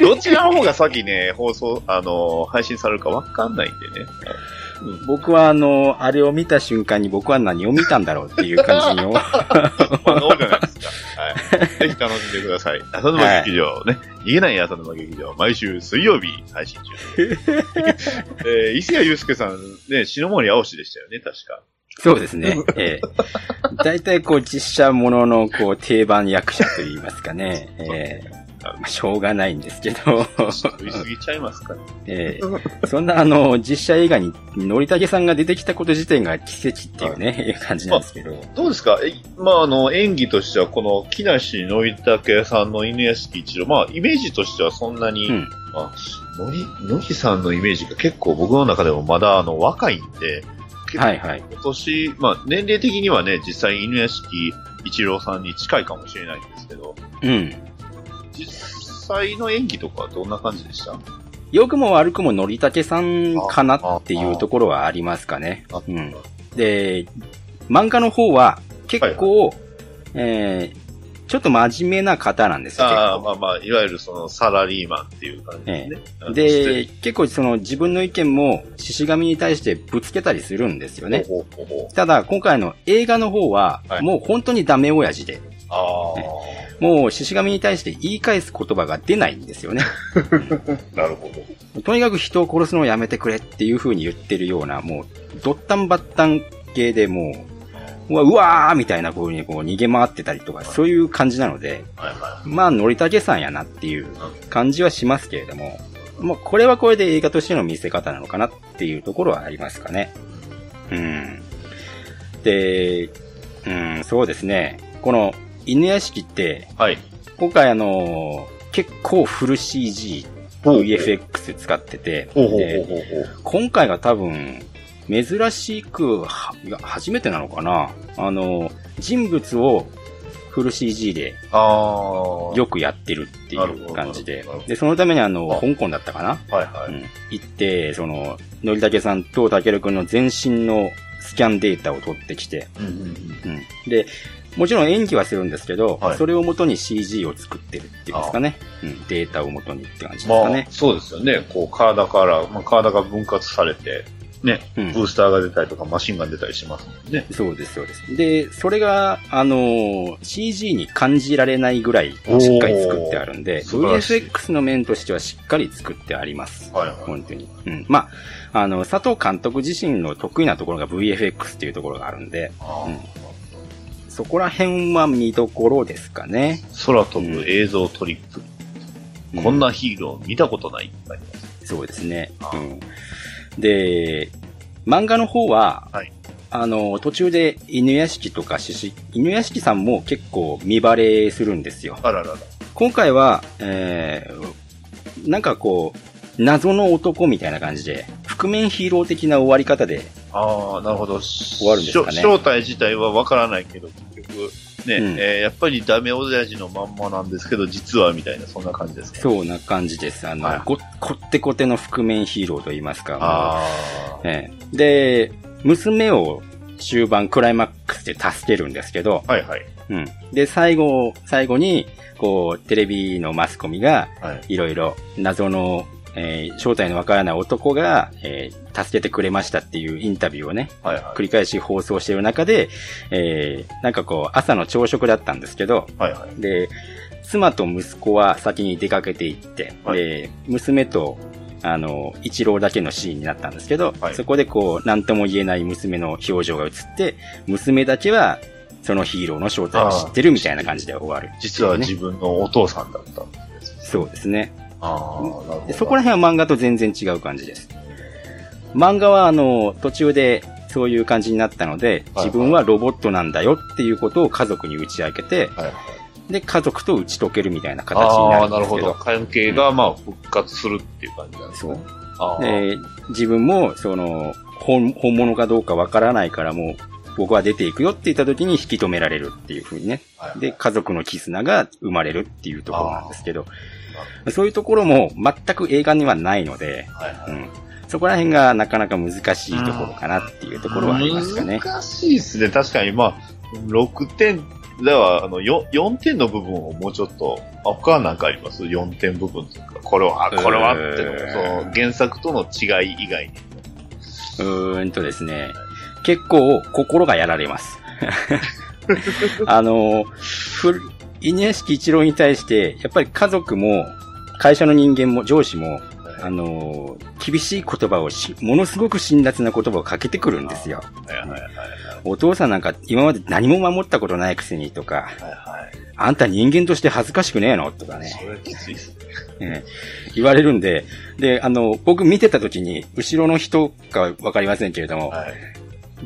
どちらの方が先ね、放送、あの、配信されるかわかんないんでね。
僕はあの、あれを見た瞬間に僕は何を見たんだろうっていう感 じの。
まあ、ノーじゃないですか。はい。ぜひ楽しんでください。浅沼劇場ね。逃げない浅沼劇場、毎週水曜日配信中。 えー、伊勢谷友介さん、ね、篠森青志でしたよね、確か。
そうですね。ええ大体こう実写もののこう定番役者といいますかね。ええまあしょうがないんですけど、
言い過ぎちゃいますかね。
ええそんなあの、実写映画に、のりたけさんが出てきたこと自体が奇跡っていうね、いう感じなんですけど。
どうですかえ、まあ、あの、演技としては、この木梨憲武さんの犬屋敷一郎、まあ、イメージとしてはそんなに、
うん
あ、のり、のりさんのイメージが結構僕の中でもまだあの若いんで、結構
はいはい。
今年、まあ年齢的にはね、実際犬屋敷一郎さんに近いかもしれないんですけど、
うん。
実際の演技とかはどんな感じでした
良くも悪くものりたけさんかなっていうところはありますかね
あ。
うん。で、漫画の方は結構、えーちょっと真面目な方なんですよ。結構
ああ、まあまあ、いわゆるそのサラリーマンっていう感じですね。あの
で、、結構その自分の意見も獅子神に対してぶつけたりするんですよね。
ほうほうほうほう
ただ、今回の映画の方は
は、い
もう本当にダメ親父で、
あ
もう獅子神に対して言い返す言葉が出ないんですよね。
あ、なるほど。
とにかく人を殺すのをやめてくれっていう風に言ってるような、もう、ドッタンバッタン系でもう、うわうわーみたいな風にこう逃げ回ってたりとか、そういう感じなので、
はいは
まあ、のりたけさんやなっていう感じはしますけれども、もうこれはこれで映画としての見せ方なのかなっていうところはありますかね。うん。で、うん、そうですね。この犬屋敷って、
い。はい。
今回あの、結構フル CG、
ほう
VFX 使ってて、
ほうほう
で
ほうほうほう。
今回が多分、珍しく、はいや初めてなのかなあの、人物をフル CG で
ああ。
よくやってるってい
なるほ
う
ど
感じ
な
で
るほどなるほ。ど
で、そのためにあの、
あ
香港だったかな
はいは
う
い。
ん。行って、その、のりたけさんとたけるくんの全身のスキャンデータを取ってきて、
うんうんうん
うん。で、もちろん演技はするんですけど、
はい
それを元に CG を作ってるっていうんですかね。うん。データを元にって感じです
ま
か
あ、
ね。
そうですよね。こう、体から、まあ、体が分割されて、ね、
うん
ブースターが出たりとか、マシンが出たりしますもんね。
そうです、そうです。で、それが、あのー CG に感じられないぐらいしっかり作ってあるんで、
おー素晴らしい
VFX の面としてはしっかり作ってあります。
はいはい。
本当に。うん。まあ、あの、佐藤監督自身の得意なところが VFX っていうところがあるんで、
あー
そこら辺は見どころですかね。
空飛ぶ映像トリック。
う
こん。なヒーロー見たことない。
そうですね
あ。
うん。で、漫画の方は、
はい
あの、途中で犬屋敷とか獅子、犬屋敷さんも結構見バレするんですよ。
あららら。
今回は、えー、なんかこう、謎の男みたいな感じで、覆面ヒーロー的な終わり方で、
ああ、なるほど。
わるんですかね
しょ正体自体はわからないけど、結局、ね、
うん
えーやっぱりダメおやじのまんまなんですけど、実はみたいな、そんな感じですか、う。
そうな感じです。あの、
はい
ここってこての覆面ヒーローと言いますか。
ああ。
ええで、娘を終盤クライマックスで助けるんですけど、
はいはい。
うん。で、最後、最後に、こう、テレビのマスコミが、
はい。
いろいろ謎の、えー正体のわからない男が、えー助けてくれましたっていうインタビューをね、
はいは
繰り返し放送している中で、えーなんかこう、朝の朝食だったんですけど、
い。はいはい。
で、妻と息子は先に出かけていって、
はい
で、娘とあの、一郎だけのシーンになったんですけど、
はい
そこでこう、なんとも言えない娘の表情が映って、娘だけは、そのヒーローの正体を知ってるみたいな感じで終わる。
実は自分のお父さんだったんです。
そうですね。
ああ、なるほど。
でそこら辺は漫画と全然違う感じです。漫画はあの、途中でそういう感じになったので、
はい
自分はロボットなんだよっていうことを家族に打ち明けて、
はいはい。
で、家族と打ち解けるみたいな形に
あ
なる
あー、
ん
な
で
る
す
ほ
け
ど。
ど。
関係が、まあ、復活するっていう感じなんです
そ
ね。
う。
あー
で、自分も、その、本、本物かどうかわからないからもう、僕は出ていくよって言った時に引き止められるっていう風にね。
はいはい
で、家族の絆が生まれるっていうところなんですけど
あ、
そういうところも全く映画にはないので、
はいは
う
い
ん。そこら辺がなかなか難しいところかなっていうところはありますかね。
難しいですね。確かに、まあ、6点、では、あの、4, 4点の部分をもうちょっと、あ他なんかあります ?4 点部分というか、これは、あこれはっていう
え
の
ー
その原作との違い以外に。
うーんとですね、結構心がやられ ます。あの、ふ稲敷一郎に対して、やっぱり家族も、会社の人間も上司も、あの、厳しい言葉をし、ものすごく辛辣な言葉をかけてくるんですよ。
はいはいはいはい
お父さんなんか今まで何も守ったことないくせにとか、
はいはい。
あんた人間として恥ずかしくねえのとかね。
それきついですね。
ええ言われるんで、で、あの、僕見てた時に、後ろの人かわかりませんけれども、
はい。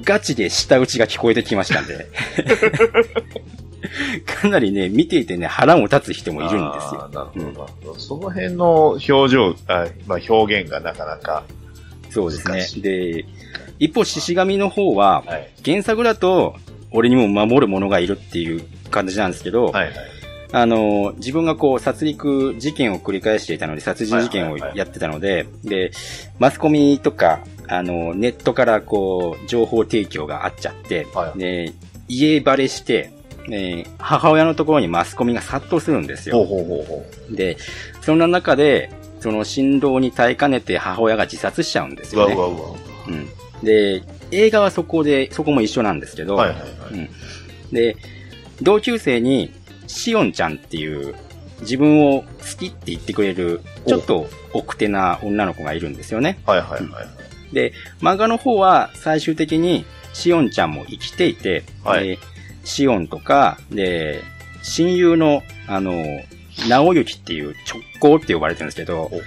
ガチで舌打ちが聞こえてきましたん で。かなりね、見ていてね、腹も立つ人もいるんですよ。
あーなるほどなるほど。その辺の表情、あまあ、表現がなかなか。
そうです
難
ね
し。い
で、一方、獅子神の方は、
はい。
原作だと、俺にも守る者がいるっていう感じなんですけど、
はいはい。
あの、自分がこう、殺戮事件を繰り返していたので、殺人事件を
はいはいはい
やってたので、で、マスコミとか、あの、ネットからこう、情報提供があっちゃって、
はい
で、家バレして、ね母親のところにマスコミが殺到するんです
ほう
よ。
ほうほうほ
で、そんな中で、その振動に耐えかねて母親が自殺しちゃうんです
う。うわ
よ
う
ね。
わうわ。
うん、で、映画はそこで、そこも一緒なんですけど、
はいはいはい。
で、同級生に、しおんちゃんっていう、自分を好きって言ってくれる、ちょっと奥手な女の子がいるんですよね。
はいはいはい。
で、漫画の方は最終的に、しおんちゃんも生きていて、
はい
でしおんとか、で、親友の、あの、直行っていう直行って呼ばれてるんですけど
ほ、うほう。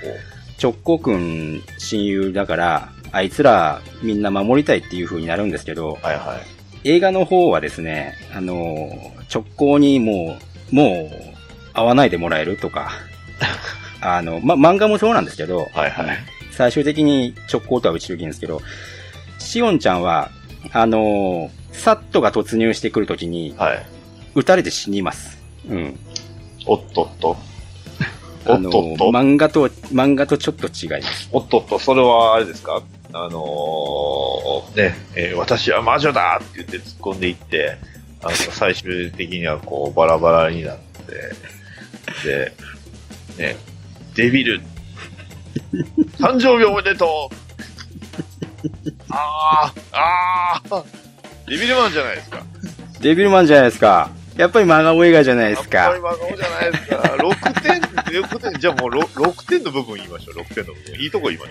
直行くん親友だから、あいつらみんな守りたいっていう風になるんですけど、
はいはい。
映画の方はですね、あの、直行にもう、もう、会わないでもらえると か、あの、ま、漫画もそうなんですけど、
はいはい。
最終的に直行とは打ち解けるんですけど、しおんちゃんは、あの、サットが突入してくるときに、
はい。
撃たれて死にます。うん。
おっとっと。お
あ
っ
の、
とっと。
漫画と、漫画とちょっと違います。
おっとっと、それはあれですかあのー、ね、えー私は魔女だって言って突っ込んでいって、あの、最終的にはこう、バラバラになって、で、ね、デビ ル、誕生日おめでとうあー、あー、デビルマンじゃないですか。
デビルマンじゃないですか。やっぱり漫画映画じゃないです
やっぱ
か
り。真顔じゃないですか。6点、6点、じゃあもう 6, 点の部分言いましょう、6点の部分。いいとこ言いまし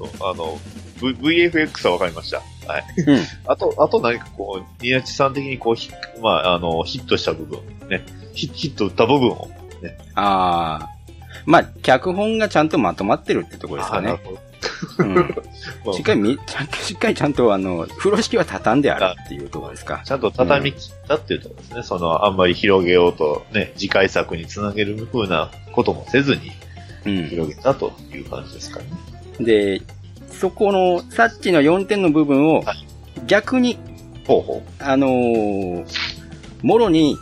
ょう。そうあの、v、VFX はわかりました。はい。
うん。
あと、あと何かこう、ニヤチさん的にこう、ひまあ、あの、ヒットした部分、ね、ヒヒット打った部分を。
ああ。まあ、脚本がちゃんとまとまってるってところですか
あなる
ね。
ほど
うん
まあ
しっかりみ、 ちゃんと、しっかりちゃんと、あの、風呂敷は畳んであるっていうところですか。
ちゃんと畳み切ったっていうところですね。その、あんまり広げようと、ね、次回作につなげる風なこともせずに
うん。
広げたという感じですかね。
で、そこの、さっきの4点の部分を
は、
逆に、
ほうほ
あのーもろに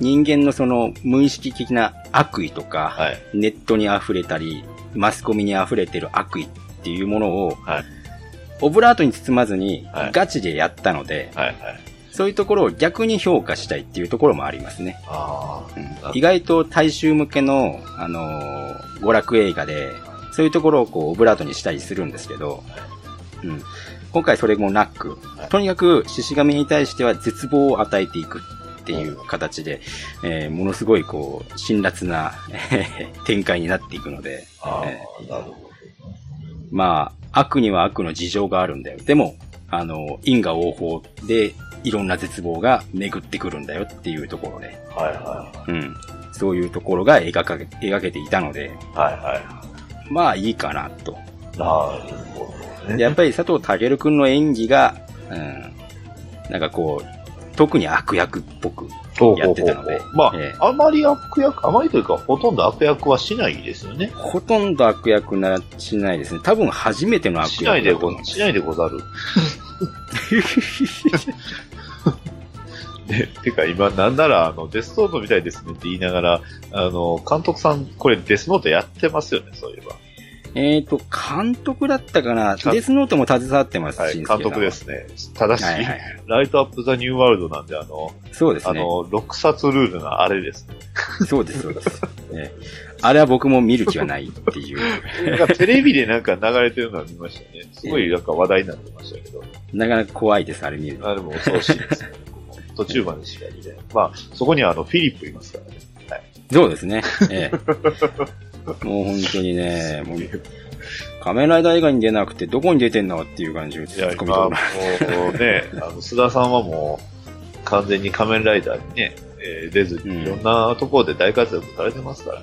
人間のその無意識的な悪意とか、
う。はい。
ネットに溢れたり、マスコミに溢れてる悪意っていうものを、
はい
オブラートに包まずに
はい、
ガチでやったので、
はいはい。
そういうところを逆に評価したいっていうところもありますね。
あ
うん
あ
意外と大衆向けの、あのー娯楽映画で、そういうところをこう、オブラートにしたりするんですけど、うん、今回それもなく
はい、
とにかく、獅子神に対しては絶望を与えていくっていう形で、えーものすごい こう、辛辣な、えへへ展開になっていくので、
ああ、
え
なるほど。
まあ、悪には悪の事情があるんだよ。でも、あの、因果応報で、いろんな絶望が巡ってくるんだよっていうところで、
はいは
うん。そういうところが描か描けていたので、
い。はいは
まあいいかなと。
い。なるほど
で
ね。
やっぱり佐藤健くんの演技が、うん、なんかこう、特に悪役っぽく。
そう
やってたので
まあ、
ええ
あまり悪役、あまりというか、ほとんど悪役はしないですよね。
ほとんど悪役な、しないですね。多分初めての悪
し
役
ないで
だと
ご
思、う
しないでござる。でてか今、なんなら、あの、デスノートみたいですねって言いながら、あの、監督さん、これデスノートやってますよね、そういえば。
えっ、と、監督だったかな
か
デスノートも携わってます、
はい、
紳助さ
監
ん
督で。すね。正しい,、
はいはいはい。
ライトアップザニューワールドなんで、あの、
そうです
あ
ね。
の、6冊ルールのあれですね。
そうです、そうです、ねあれは僕も見る気はないって いう。
なんかテレビでなんか流れてるのは見ましたね。すごいなんか話題になってましたけど。
なかなか怖いです、あれ見るの。
あ、でも恐ろしいですね。僕も途中までしか見てない。まあ、そこにはあの、フィリップいますからね。
そうですね。ええ、もう本当にね、もう、仮面ライダー以外に出なくて、どこに出てんのっていう感じの
い
ツ
や、
ッコミ
今、も
と
う
か。
ね、あの、須田さんはもう、完全に仮面ライダーにね、えー出ず
うん
に、いろんなところで大活躍されてますから、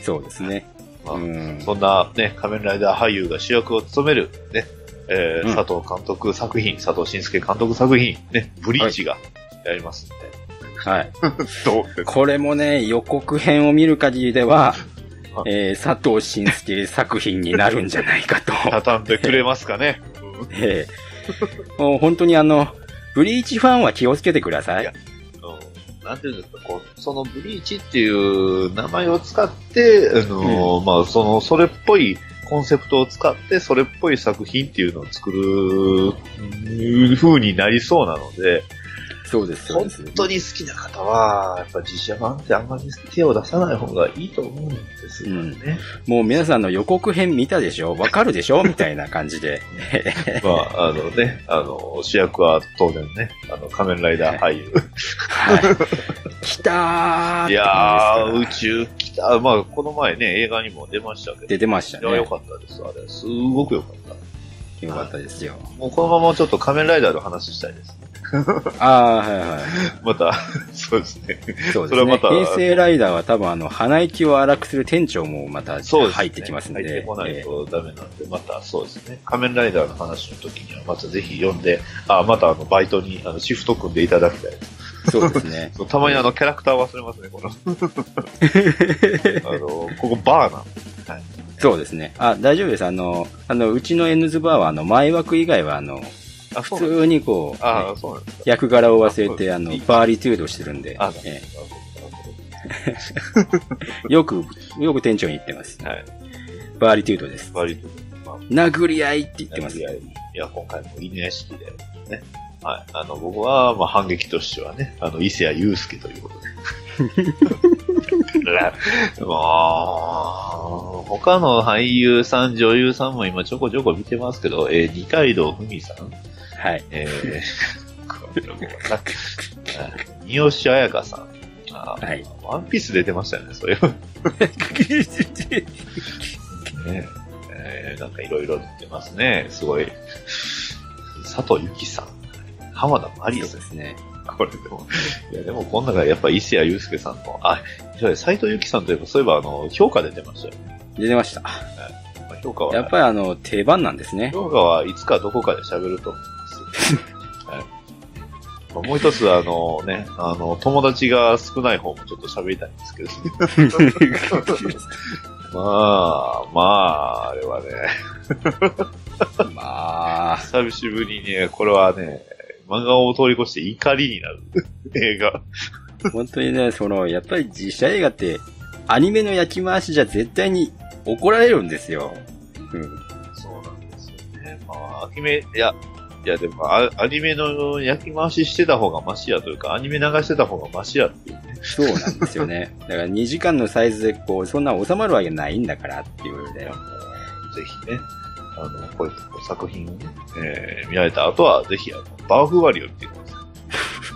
そうですね。
まあ
うん。
そんなね、仮面ライダー俳優が主役を務める、ね、えー
うん
佐藤監督作品、佐藤慎介監督作品、ね、ブリーチがやりますんで、
はい。
どうですか
これもね、予告編を見る限りでは、
は
えー、佐藤慎介作品になるんじゃないか と。
畳んでくれますかね。うん
ええもう本当にあの、ブリーチファンは気をつけてくださ
い
い
や。うんなんていうんですか、こう、そのブリーチっていう名前を使って、あのーまあ、その、それっぽいコンセプトを使って、それっぽい作品っていうのを作る、風になりそうなので、
そうです、そう
本
です。
当に好きな方は、やっぱ実写版ってあんまり手を出さない方がいいと思うんですよね。
もう皆さんの予告編見たでしょわかるでしょみたいな感じで。
まあ、あのね、あの、主役は当然ね、あの、仮面ライダー俳優。
はい。来たーっ
い
て
やー、
感じですから。
宇宙来た。まあ、この前ね、映画にも出ましたけど。
出てました
いや、
ね。
良
よ
かったです。あれ、すごく良かった。
かったですよ。
もうこのままちょっと仮面ライダーの話したいです。
あー、はいはい。
また、 そうですね。
そう
そ
で
れ
すね。
はまた
平成ライダーは多分あの、鼻息を荒くする店長もまた
そうですね。
入ってきますんで。
入ってこない
え
とダメなんで、またそうですね。仮面ライダーの話の時には、またぜひ読んで、あ、またあの、バイトに、あの、シフト組んでいただきたい。
えそうです ね。
そうたまにあの、キャラクター忘れますね、こ の。あの、ここバーなんで
そうですね。あ、大丈夫です。あの、あの、うちの N ズバーはあの、前枠以外はあの、
あ、
普
そうなんです
通にこう、
あ、そうなんですか。
役柄を忘れ
あそうで
て、
す
あの、バーリトゥードしてるんで、
あ、そうな
え
んですか
えよく、よく店長に言ってます。
はい。
バーリトゥードです。
バリと、まあ、
殴り合いって言って
や
ま
り
す。
合いいや、今回も犬屋敷で、ね。はい。あの、僕は、まあ、反撃としてはね、あの、伊勢谷友介ということ で。らもう、他の俳優さん、女優さんも今ちょこちょこ見てますけど、えー、二階堂ふみさん、
はい。
え ー、これもうなはい三好彩香さん。あ ー
はい
ワンピース出てましたよね、そういう。ねえーなんかいろいろ出てますね。すごい。佐藤由紀さん。浜田マリ
そう
ス
ですね。
これでも、いやでもこの中やっぱ伊勢谷友介さんの、あ、斎藤由紀さんといえばそういえばあの、評価出てましたよ。
出てました。
まあ評価は、
やっぱりあの、定番なんですね。
評価はいつかどこかで喋ると思 います。はいまあもう一つ、あのね、あの、友達が少ない方もちょっと喋りたいんですけど、まあ、まあ、あれはね、
まあ、
久しぶりにね、これはね、漫画を通り越して怒りになる 映画。
本当にね、その、やっぱり実写映画って、アニメの焼き回しじゃ絶対に怒られるんですよ。うん。
そうなんですよね。まあ、アニメ、いや、いやでもア、アニメの焼き回ししてた方がマシやというか、アニメ流してた方がマシやっていうね。
そうなんですよ ね。だから2時間のサイズで、こう、そんな収まるわけないんだからっていうことだよ。
ぜひね、あの、こういった作品をね、えー見られた後は、 ぜひ、あの、バーフバリを見てください。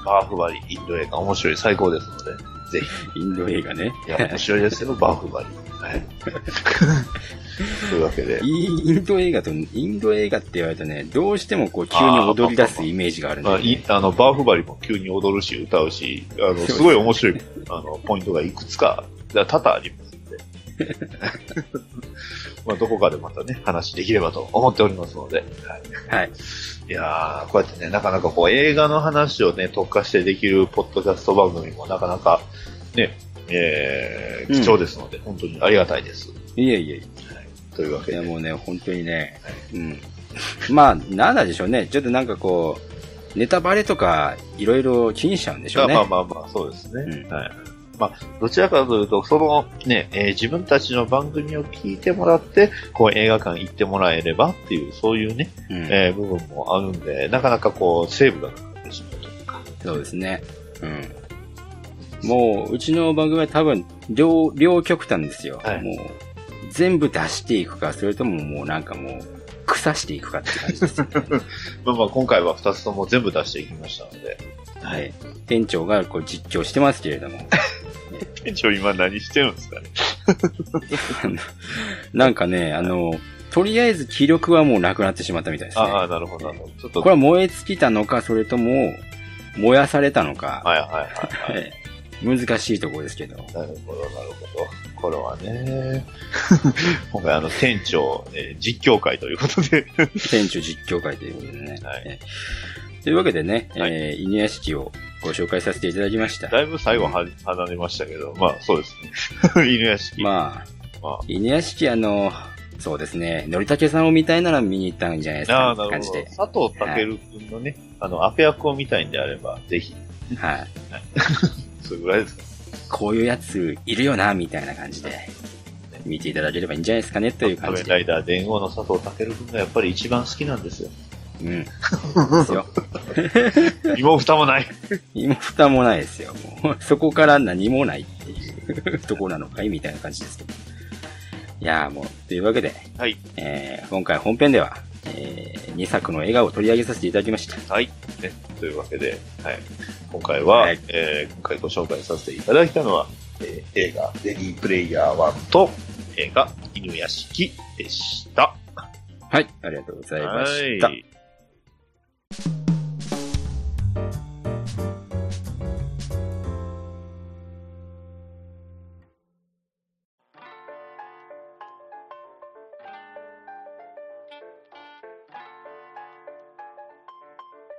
バーフバリ、インド映画面白い、最高ですので、ぜ
インド映画ね。
ひ。いや、面白いですよ、バフバリ。 はい。というわけで。
インインド映画と、インド映画って言われるとね、どうしてもこう急に踊り出すイメージがあるんだ
まあ、
よね
いあのバーフバリも急に踊るし、歌うし、あのすごい面白いあのポイントがいくつか、多々ありますんで、 まあどこかでまたね、話できればと思っておりますので、はい、
はい。
いやーこうやってね、なかなかこう映画の話をね、特化してできるポッドキャスト番組もなかなかね、えー貴重ですので、本当にありがたいです。
いえいえ。
というわけ
いや
で、
もうね、本当にね、うん。まあ、なんなんでしょうね。ちょっとなんかこう、ネタバレとか、いろいろ気にしちゃうんでしょうね。
まあまあまあ、そうですね。
うん
はい。まあ、どちらかというと、そのね、えー自分たちの番組を聞いてもらって、こう映画館行ってもらえればっていう、そういうね、
うん
えー部分もあるんで、なかなかこう、セーブがなくなってしまうというか。
そうですね。うん。もう、うちの番組は多分、両、両極端ですよ。
はい
もう、全部出していくか、それとももうなんかもう、腐していくかって感じですよ、 ね。
まあまあ、今回は2つとも全部出していきましたので。
はい。店長がこう実況してますけれども。
店長今何してるんですかね
なんかね、あの、とりあえず気力はもうなくなってしまったみたいですね。
ああ、なるほど、なるほど。ちょっと、
これは燃え尽きたのか、それとも、燃やされたのか、
はいはいはい。
はい難しいところです けど。
なるほど、なるほど。これはね、 今回あの、店長、えー実況会ということで。
店長実況会ということでね。
はい
えーというわけでね、
はい
えー犬屋敷をご紹介させていただきました。
だいぶ最後は、離れましたけど、まあそうですね。犬 屋敷。ま
まあ、
あ、
犬屋敷あの、そうですね、のりたけさんを見たいなら見に行ったんじゃないです
あ
か、
あ、な
って
る
感じ
ほ
で。
ど。佐藤健君のね、あの、アペ役を見たいんであれば、ぜひ、
はい。
それぐらいですか
こういうやついるよな、みたいな感じで、見ていただければいいんじゃないですかね、という感
仮
じ
面
で。
ライダー伝言の佐藤健君がやっぱり一番好きなん ですよ。
うん。そう ですよ。
芋蓋もない。
身も蓋もないですよ。もうそこから何もないっていうとこなのかいみたいな感じですけど。いやーもう、というわけで、
はい。
えー今回本編では、え2作の映画を取り上げさせていただきました。
はい。ね、というわけで、はい。今回は、
はい
えー今回ご紹介させていただいたのは、えー映画、レディープレイヤー1と、映画、犬屋敷でした。
はい、ありがとうございました。
はい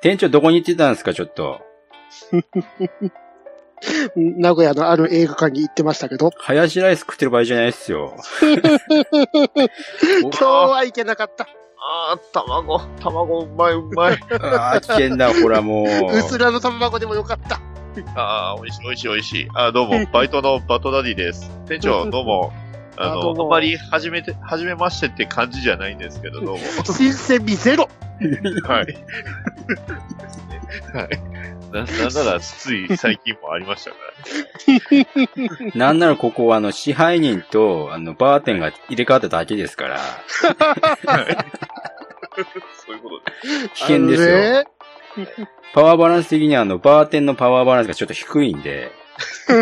店長どこに行ってたんですか、ちょっと。
名古屋のある映画館に行ってましたけど、
ハヤシライス食ってる場合じゃないですよ。
今日は行けなかった。
あー、卵、卵うまいうまい。
ああ、危険だ、ほらもう。
うすらの卵でもよかった。
ああ、美味しい美味しい美味しい。あーどうも、バイトのバトダディ です。店長、どうも。あ
あ
の、
ど
あ
うも
んまり、初めて、初めましてって感じじゃないんですけ ど、どうも。
新鮮味ゼロ。
はい。はい。な、なんなら、つい最近もありましたからね。
なんならここはあの、支配人と、あの、バーテンが入れ替わっただけですから、
そういうことで
危険ですよ。
あのね
パワーバランス的にはあの、バーテンのパワーバランスがちょっと低いん で、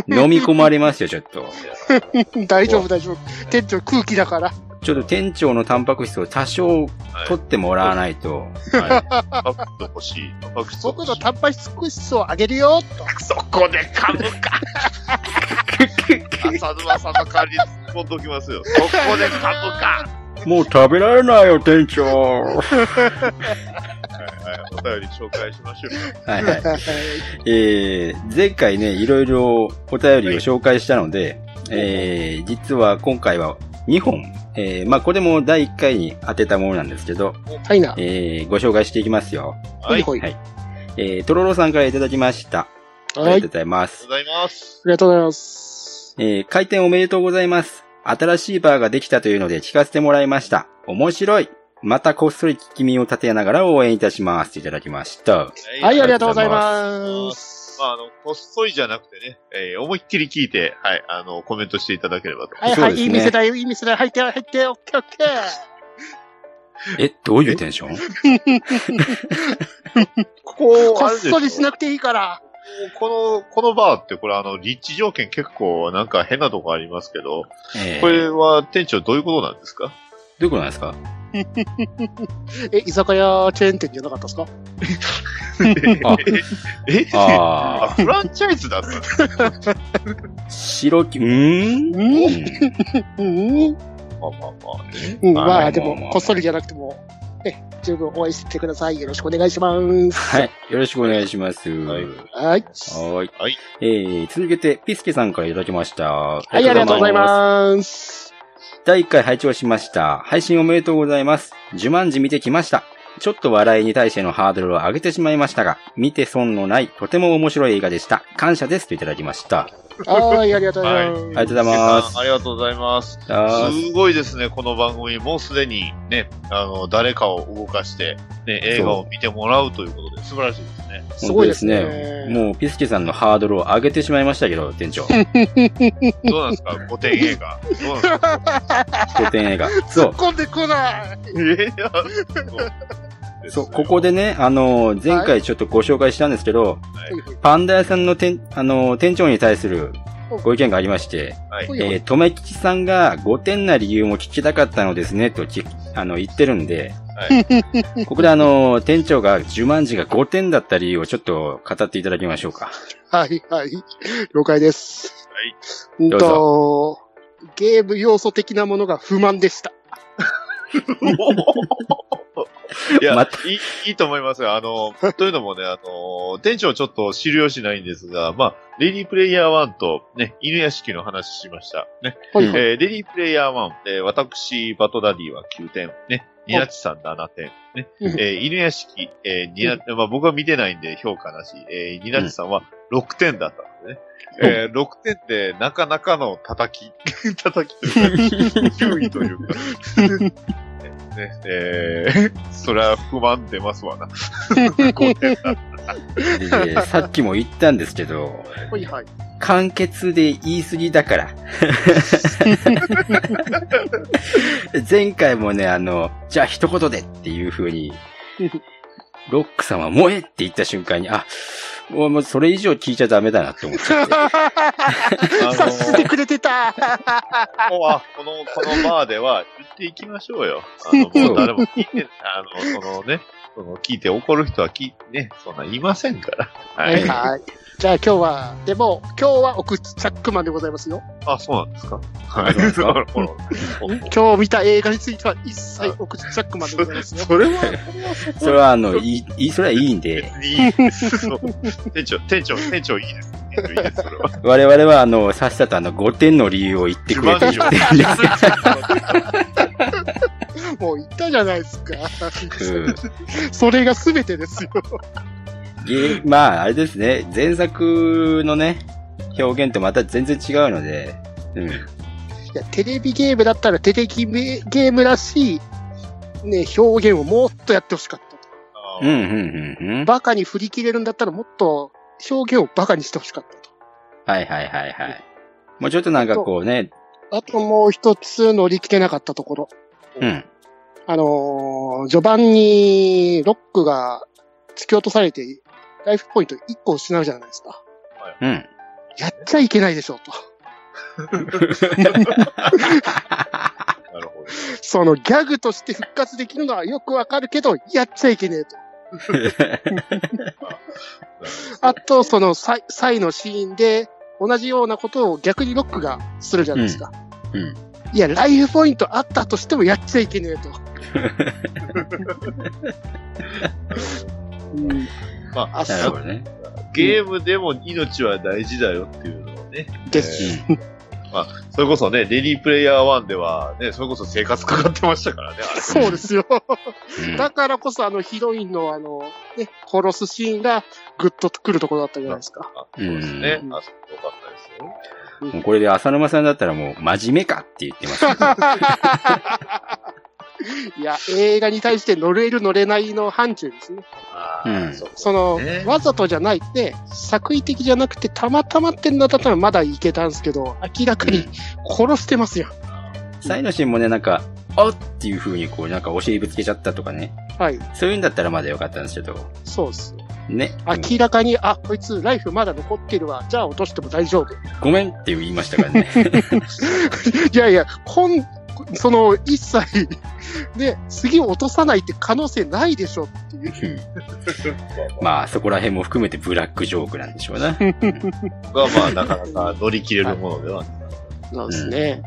飲み込まれますよ、ちょっ と。
すね。
大丈夫大丈夫。店長空気だから。
ちょっと店長のタンパク質を多少取ってもらわないと。
はい。タンパクト欲しい。タンパクト
僕
欲し
の
い。
タンパク質をあげるよ。
そこで噛むか。浅沼さんの代わりに突っ込んどきますよ。そこで噛むか。
もう食べられないよ、店長。は
はい、お便り紹介しましょう。
い はい。えー、前回ね、いろいろお便りを紹介したので、えー、実は今回は2本、えー、まあこれも第1回に当てたものなんですけど、
はいな。
えー、ご紹介していきますよ。
はい、ありがとう
ほい
はい
ほい。
えー、とろろさんからいただきました。あ
は
りが
い。
とうござ
あ
います
ご。ざいます。
りがとうございます。
えー開店おめでとうございます。新しいバーができたというので聞かせてもらいました。面白い。またこっそり聞き身を立てながら応援いたします。いただきました。
はい、ありがとう
うご
ご
ざ
ざ
い
い
ま
ます
ま。あ、あの、こっそいじゃなくてね、えー思いっきり聞いて、はい、あの、コメントしていただければと。
はい
そう
は
です
い、
ね
いい店だよ、いい店だよ、入って、入って、オッケーオッケー。
え、どういうテンション
ここ
こっそりしなくていいから。
この、このバーってこれあの、立地条件結構なんか変なとこありますけど、
えー
これは店長どういうことなんです か
どういうことなんですか
え、居酒屋チェーン店じゃなかったですか
あ
えあ、
あ
フランチャイズだったんですか
あ、白き、うーん
うん
うん
うん。うん
まあまあまあね。
うん。
まあ
まあ、で
まあま
も
あ、
こっそりじゃなくても、え、十分応援してください。よろしくお願いします。
はい。よろしくお願いします。は
はいい。
はい。
はい。
はい
えー、続けて、ピスケさんからいただきました。は
はい、ありがとうございます。
す。第1回拝聴しました。配信おめでとうございます。ジュマンジ見てきました。ちょっと笑いに対してのハードルを上げてしまいましたが、見て損のない、とても面白い映画でした。感謝ですといただきました。
はい、ありがとうございます。
ありがとうございます
ありがとうございます。
あー
すごいですね、この番組、もうすでにね、あの、誰かを動かして、ね、映画を見てもらうということで、素晴らしいですね。
すごいです
本当
ね。
もう、ピスケさんのハードルを上げてしまいましたけど、店長。
どうなんですか古典映画。どうなんですか
古典映画。そ
突っ
う。
込んでこない。
えいや
そう、ここでね、あのー、前回ちょっとご紹介したんですけど、パンダ屋さんの店、あのー、店長に対するご意見がありまして、
はい
ほいほい
えー、とめきちさんが5点な理由も聞きたかったのですね、とき、あの、言ってるんで、ここであのー、店長が、十万字が5点だった理由をちょっと語っていただきましょうか。
はい、はい。了解です。
はい。
うん
どう
と、ゲーム要素的なものが不満でした。
いや、
ま
いい、いいと思いますよ。あの、というのもね、あの、店長ちょっと知るよしないんですが、まあ、レディープレイヤー1とね、犬屋敷の話しました。ね、
はい、はい。
えーレディープレイヤー1、えー私、バトダディは9点、ね、ニナチさん7点、ね、
うん
えー犬屋敷、えーニナ、まあ僕は見てないんで評価なし、えーニナチさんは6点だったんでね。えー6点でなかなかの叩き、 叩きという か、9位というか、ね、えー、それは不満出ます わな。5点だ
でさっきも言ったんですけど、
はい、はい。
簡潔で言い過ぎだから。前回もね、あの、じゃあ一言でっていう風に、ロックさんは燃えって言った瞬間に、あ、もうもうそれ以上聞いちゃダメだなって思っちゃって。
あの
察してくれて
も
た。
うあこの、このバーでは言っていきましょうよ。あの、もう誰も聞いて、あの、そのね、その聞いて怒る人は聞いね、そんな言いませんから。は
はい、
い。
はい。じゃあ今日は、でも、今日はおくチャックマンでございますよ。
あ、そうなんですかは
そうな
い。
んですか
ほらほらほら
今日見た映画については一切おくチャックマンでございますよ。
それは、
それはあの、いいいい、それはいいんで、
いいです。そう 店長、店長、店長いいです。店長いいです、それは。
我々はあの、さっさとあの、5点の理由を言ってくれと言ってるんです
もう言ったじゃないですか。
けど、うん
それが全てですよ。
ゲーまあ、あれですね、前作のね、表現とまた全然違うので、うん。
いやテレビゲームだったらテレビゲームらしい、ね、表現をもっとやってほしかった。
あ
うん、う
ー
ん、うん、うん。
バカに振り切れるんだったらもっと表現をバカにしてほしかったと。
はいはいはいはい。もうちょっとなんかこうね、
あともう一つ乗り切れなかったところ。
うん。
あのー序盤にロックが突き落とされて、ライフポイント1個失うじゃないですか。
うん。
やっちゃいけないでしょうと。
なるほど。
そのギャグとして復活できるのはよくわかるけど、やっちゃいけね えと。あと、そのサイサイのシーンで、同じようなことを逆にロックがするじゃないですか。
うんうん
いや、ライフポイントあったとしてもやっちゃいけねえと。うん
まあ、
あ、
な
そ
る
う
ほどね。
ゲームでも命は大事だよっていうのをね。
です。
それこそね、レディープレイヤー1では、ね、それこそ生活かかってましたからね、あれ。
そうですよ。
うん
だからこそ、あの、ヒロインの、あの、ね、殺すシーンが、ぐっとくるところだったじゃないですか。
あそうですね。
うん
あ、そこよかったですよ。
もうこれで浅沼さんだったらもう真面目かって言ってます。
いや、映画に対して乗れる乗れないの範疇ですね。
あ
うん
ーそう
その、
ね
わざとじゃないって、作為的じゃなくて、たまたまってんだったらまだいけたんですけど、明らかに殺してますよ。
サイのシーンもね、なんか、あっていう風にこう、なんかお尻ぶつけちゃったとかね。
はい。
そういうんだったらまだよかったんですけど。
そうです。
ね。
明らかに、あ、こいつライフまだ残ってるわ。じゃあ落としても大丈夫。
ごめんって言いましたからね。
いやいや、こん、その、一切、ね、次落とさないって可能性ないでしょっていう。
うんまあ、そこら辺も含めてブラックジョークなんでしょう な。
僕はまあ、なかなか乗り切れるものではない。
なんですね。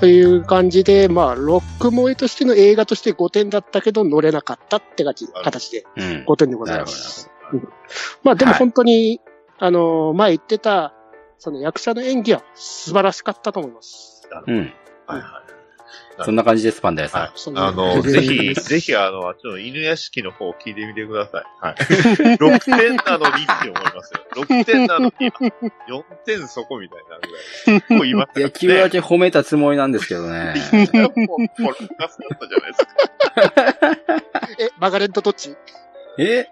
という感じで、まあ、ロック萌えとしての映画として5点だったけど、乗れなかったって感じ、形で
うん。
5点でござ
ないる
ま
ほ
す。
ど。
まあ、でも
はい
本当に、あのー、前言ってた、その役者の演技は素晴らしかったと思います。
うん。
はいは
そんな感じです、パンダ屋さん。
はい
そ
い。
んな
あの、ぜ ひ、ぜひ、あの、ちょっと犬屋敷の方を聞いてみてください。 はい。6点なのにって思いますよ。6点なのに、4点そこみたいなぐ らい。もう今
いや、
ね
9分だけ褒めたつもりなんですけど ね。
もう、もう、ラスだったじゃないですか。
え、マガレンとどっち
え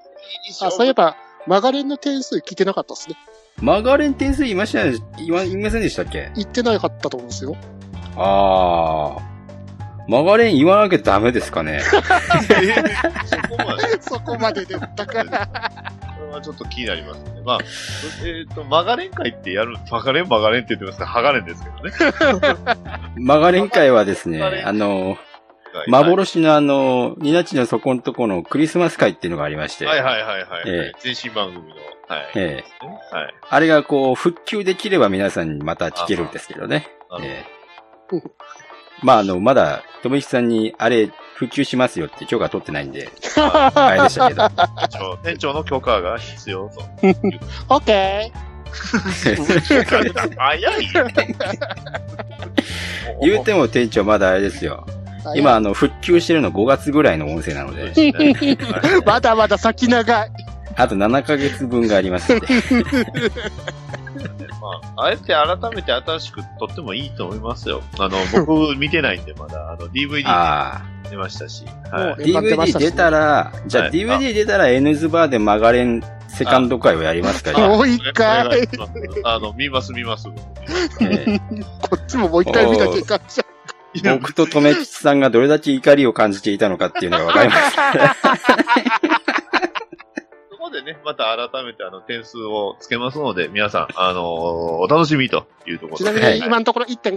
あ、そういえば、マガレンの点数聞いてなかったですね。
マガレン点数言いましたね、言わ、言いませんでしたっけ
言ってなかったと思うんですよ。
ああ。マガレン言わなきゃダメですか ね。
えーそこまで。
そこまでで、だか
これ
ら、
はちょっと気になりますね。まあ、えっ、と、マガレン会ってやる、マガレンマガレンって言ってますけど、ハガレンですけどね。
マガレン会はですね、
マガレン
あの、幻のあの、ニナッチの底のとこのクリスマス会っていうのがありまして、
はいはいはいはい。
え
全身番組の。はい。
ええ
はい。
あれがこう、復旧できれば皆さんにまた聞けるんですけどね。
あの
ええまああの、まだ、とめきさんに、あれ、復旧しますよって許可取ってないんで、あれでしたけ ど。
店長 店長の許可が必要と。
オッケ
早い
言うても店長まだあれですよ。
ー。
今、あの、復旧してるの5月ぐらいの音声なの
そう
で
で、すね
まだまだ先長い。
あと7ヶ月分がありますんで。
まあ、あえて改めて新しく撮ってもいいと思いますよ。あの、僕見てないんで、まだ、あの、DVD
ああ。
出ましたし。はい。
よかったま
DVD
したしね
出たら、じゃ
は
あ
い
DVD 出たら N ズバーでマガレンセカンド回をやりますか
も
ら。
う一
お願い
回、
しますあの、見ます見ます。
ええ
こっちももう一回見なきゃいかんじ
僕ととめきちさんがどれだけ怒りを感じていたのかっていうのがわかります。
そこでね、また改めてあの点数をつけますので、皆さん、あのーお楽しみというとこ
ゃん。
ろで。
ちなみ
は
に
い
今のところ1.5。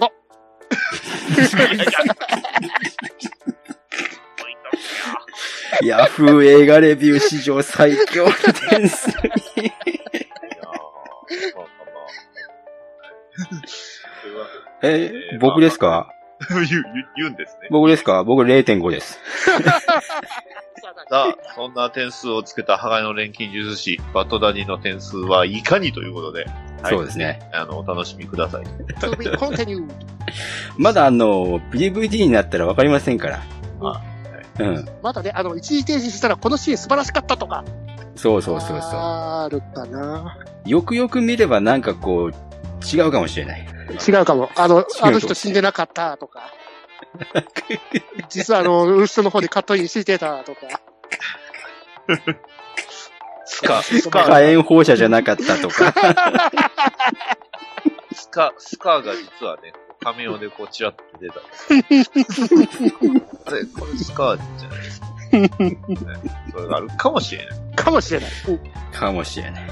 ヤフー映画レビュー史上最強の点数に。え、僕ですか
言う、言う言うんですね。
僕ですか僕0.5です。
さあ、そんな点数をつけたハガイの錬金術師、バットダディの点数はいかにということで、はい
そうですね。
あの、お楽しみください。
To be continued.
まだあの、DVD になったらわかりませんから。
あ
うん。
まだね、あの、一時停止したらこのシーン素晴らしかったとか。
そうそうそうそ
あるかな。
う。よくよく見ればなんかこう、違うかもしれない。
違うかも。あの、
かも
あの人死んでなかった とか。実はあの、後ろの方にカットインしてたとか。
スカ、スカ、
火炎放射じゃなかったとか。
スカ、スカが実はね、こう仮面をでこうちらっと出た。あれ、これスカじゃないですか。ねそれがあるかもしれない。
かもしれない。うん
かもしれない。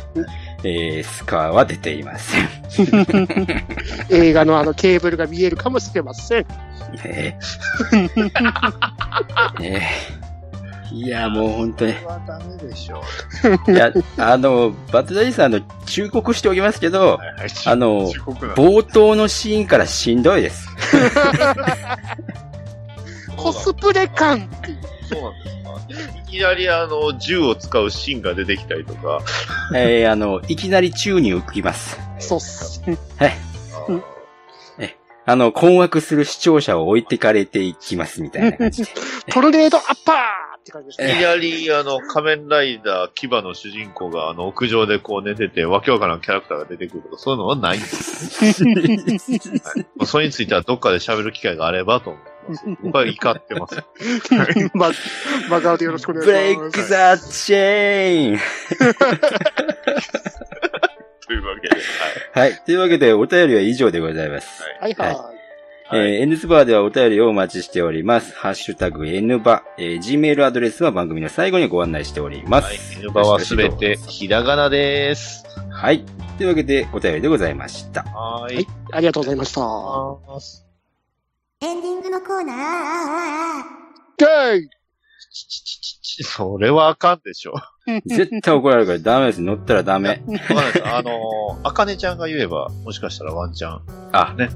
えー、スカーは出ていません。
映画のあのケーブルが見えるかもしれません。
え えええいや、もう本当に。
はダメでしょ
いや、あの、バトダディさん、あの、忠告しておきますけ
う。
ど、
はいはい、
あの
地獄な
冒頭のシーンからしんどいです。
コスプレ感っていう。
そうなんですか。いきなりあの、銃を使うシーンが出てきたりとか、
えー、あの、いきなり宙に浮きます。
そうっす。
あ
うん
の
あの、困惑する視聴者を置いてかれていきます、みたいな 感じで。
トルネードアッパーって感じです
い
ね。
きなり、あの、仮面ライダー、牙の主人公が、あの、屋上でこう寝てて、わけわからんキャラクターが出てくるとか、そういうのはないんです。はい、それについては、どっかで喋る機会があればと思います。僕は怒ってます。
ま、真顔でよろしくお願い
ブレイ
します。
クザチェーン
というわけで、はい。
はい。というわけで、お便りは以上でございます。
はいはい。
はい
えー N スバーではお便りをお待ちしております。ハッシュタグ N バ、えー Gmail アドレスは番組の最後にご案内しております。
はい。N バはすべてひらがなです。
はい。というわけで、お便りでございました。
はー
はいい。。ありがとうございました。は
エンディングのコーナー、あーあーあ
い。
それはあかんでしょ。わ
絶対怒られるからダメです。乗ったらダメ。
かんないですあの、あかねちゃんが言えば、もしかしたらワンチャン。
あ、
ね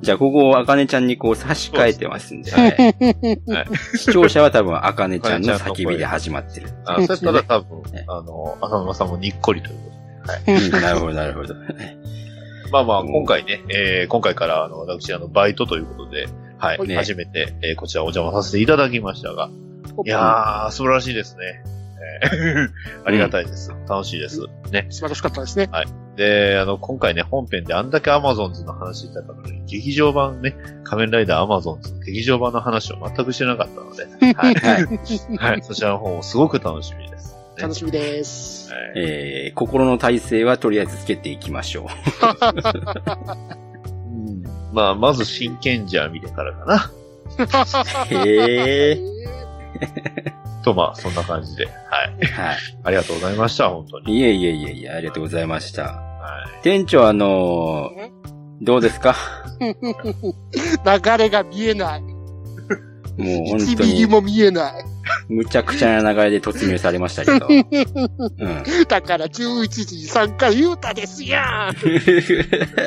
じゃあ、ここをあかねちゃんにこう差し替えてますんで、
はい。
視聴者は多分あかねちゃんの叫びで始まってる。
あそしたら多分
ね、
あの、浅沼さんもにっこりということで。
うんなるほど、なるほど。
まあまあ、
うん
今回ね、えー今回から、あの、私、あの、バイトということで、はい、
ね
初めて、えーこちらお邪魔させていただきましたが、いやー、素晴らしいですね。えー ありがたいです。楽しいです。ね。
素晴らしかったですね。
で、あの、今回ね、本編であんだけアマゾンズの話してたのに、劇場版ね、仮面ライダーアマゾンズ、劇場版の話を全くしてなかったので、は
はい。
い、はい、そちらの方もすごく楽しみです。ね
楽しみです。
はい
えー、心の体勢はとりあえずつけていきましょう。
うんまあ、まず真剣じゃ見てからかな。
へえ。
と、まあ、そんな感じで、はい。
は
ありがとうございました、本当に。
い。いえいえいえいえ、ありがとうございました。
は
店長、あのーどうですか
流れが見えない。
もう本
1
当
ミリ
に、
も見えない。
むちゃくちゃな流れで突入されました けど。うん。
だから11時に参加言うたですやん。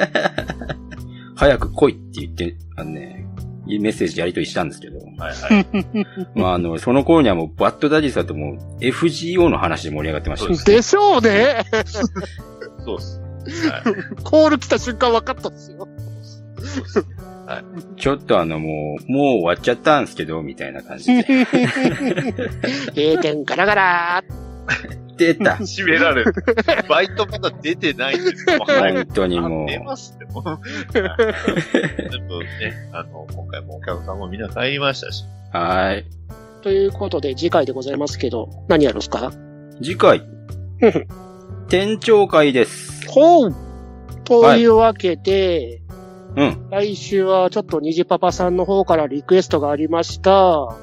早く来いって言って、あのね、メッセージやりとりしたんですけど。
い。はいはい。
まあ、あの、その頃にはもう、バッドダディさんともう、FGO の話で盛り上がってましたよ。
でしょうね。
そうっす。はい。
コール来た瞬間分かったんですよ。
ちょっとあの、もう、もう終わっちゃったんですけど、みたいな感じで。
閉店ガラガラ
出た
閉められる。バイトまだ出てないんですよ。
本当にも
あ
う。
出ますって、もう。はい全部ね、あの、今回もお客さんもみんな帰りましたし。
はーい。
ということで、次回でございますけど、何やるんすか
次回。店長会です。
ほうというわけで、
うん。
来週はちょっと虹パパさんの方からリクエストがありました、
はい。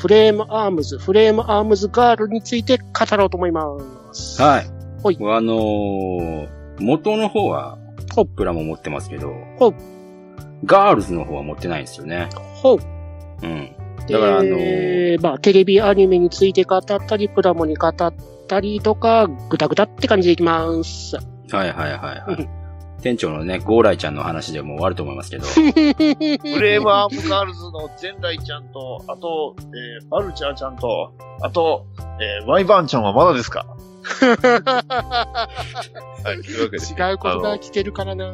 フレームアームズ、フレームアームズガールについて語ろうと思います。
はい。
ほい
あのー、元の方は、
ほう
プラも持ってますけど、
ほう
ガールズの方は持ってないんですよね。
ほう。
うん。
で
だからあの
まあ、テレビアニメについて語ったり、プラモに語ったりとか、ぐだぐだって感じでいきます。
はいはいはいは
う
い。店長のね、ゴーライちゃんの話でもう終わると思いますけど、
フレームアームガールズのゼンライちゃんと、あと、えー、バルチャーちゃんと、あと、えー、ワイバーンちゃんはまだ ですかはい、というわけで、
違うこと
あ
が
の
来てるからな。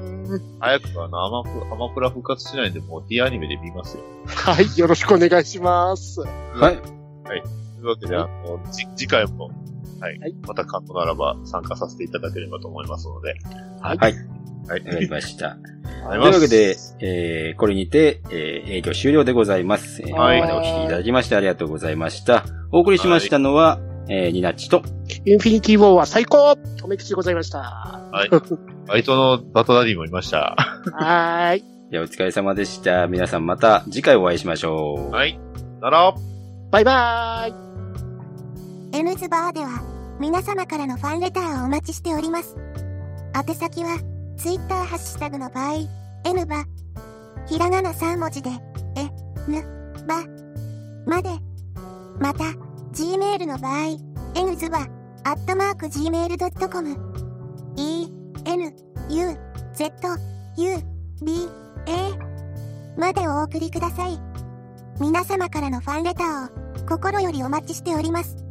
早くあの、アマプアマプラ復活しないんで、もう D アニメで見ますよ。
はい、よろしくお願いします。
はい。
というわけで、あの、じ次回も、はい、
はい
また可能ならば参加させていただければと思いますので。はいはい。
わかりました。
あ
とい
り
う
が
わ
と
け
うござい
で
ま、す
えー、これにて、えー、営業終了でございます。えー、ここま
はい
でお聞きいただきましてありがとうございました。お送りしましたのは、えー、ニナッチと、
インフィニティウォーは最高とめきちでございました。は
はい。バイトのバトダディもいました。
ーい。
じゃあお疲れ様でした。皆さんまた次回お会いしましょう。
はい。なら、
バイバーイ。
ー N ズバーでは皆様からのファンレターをお待ちしております宛先は Twitter ハッシュタグの場合 N バひらがな3文字でえぬばまでまた Gmail の場合 N ズバアットマーク Gmail.com E N U Z U B A までお送りください皆様からのファンレターを心よりお待ちしております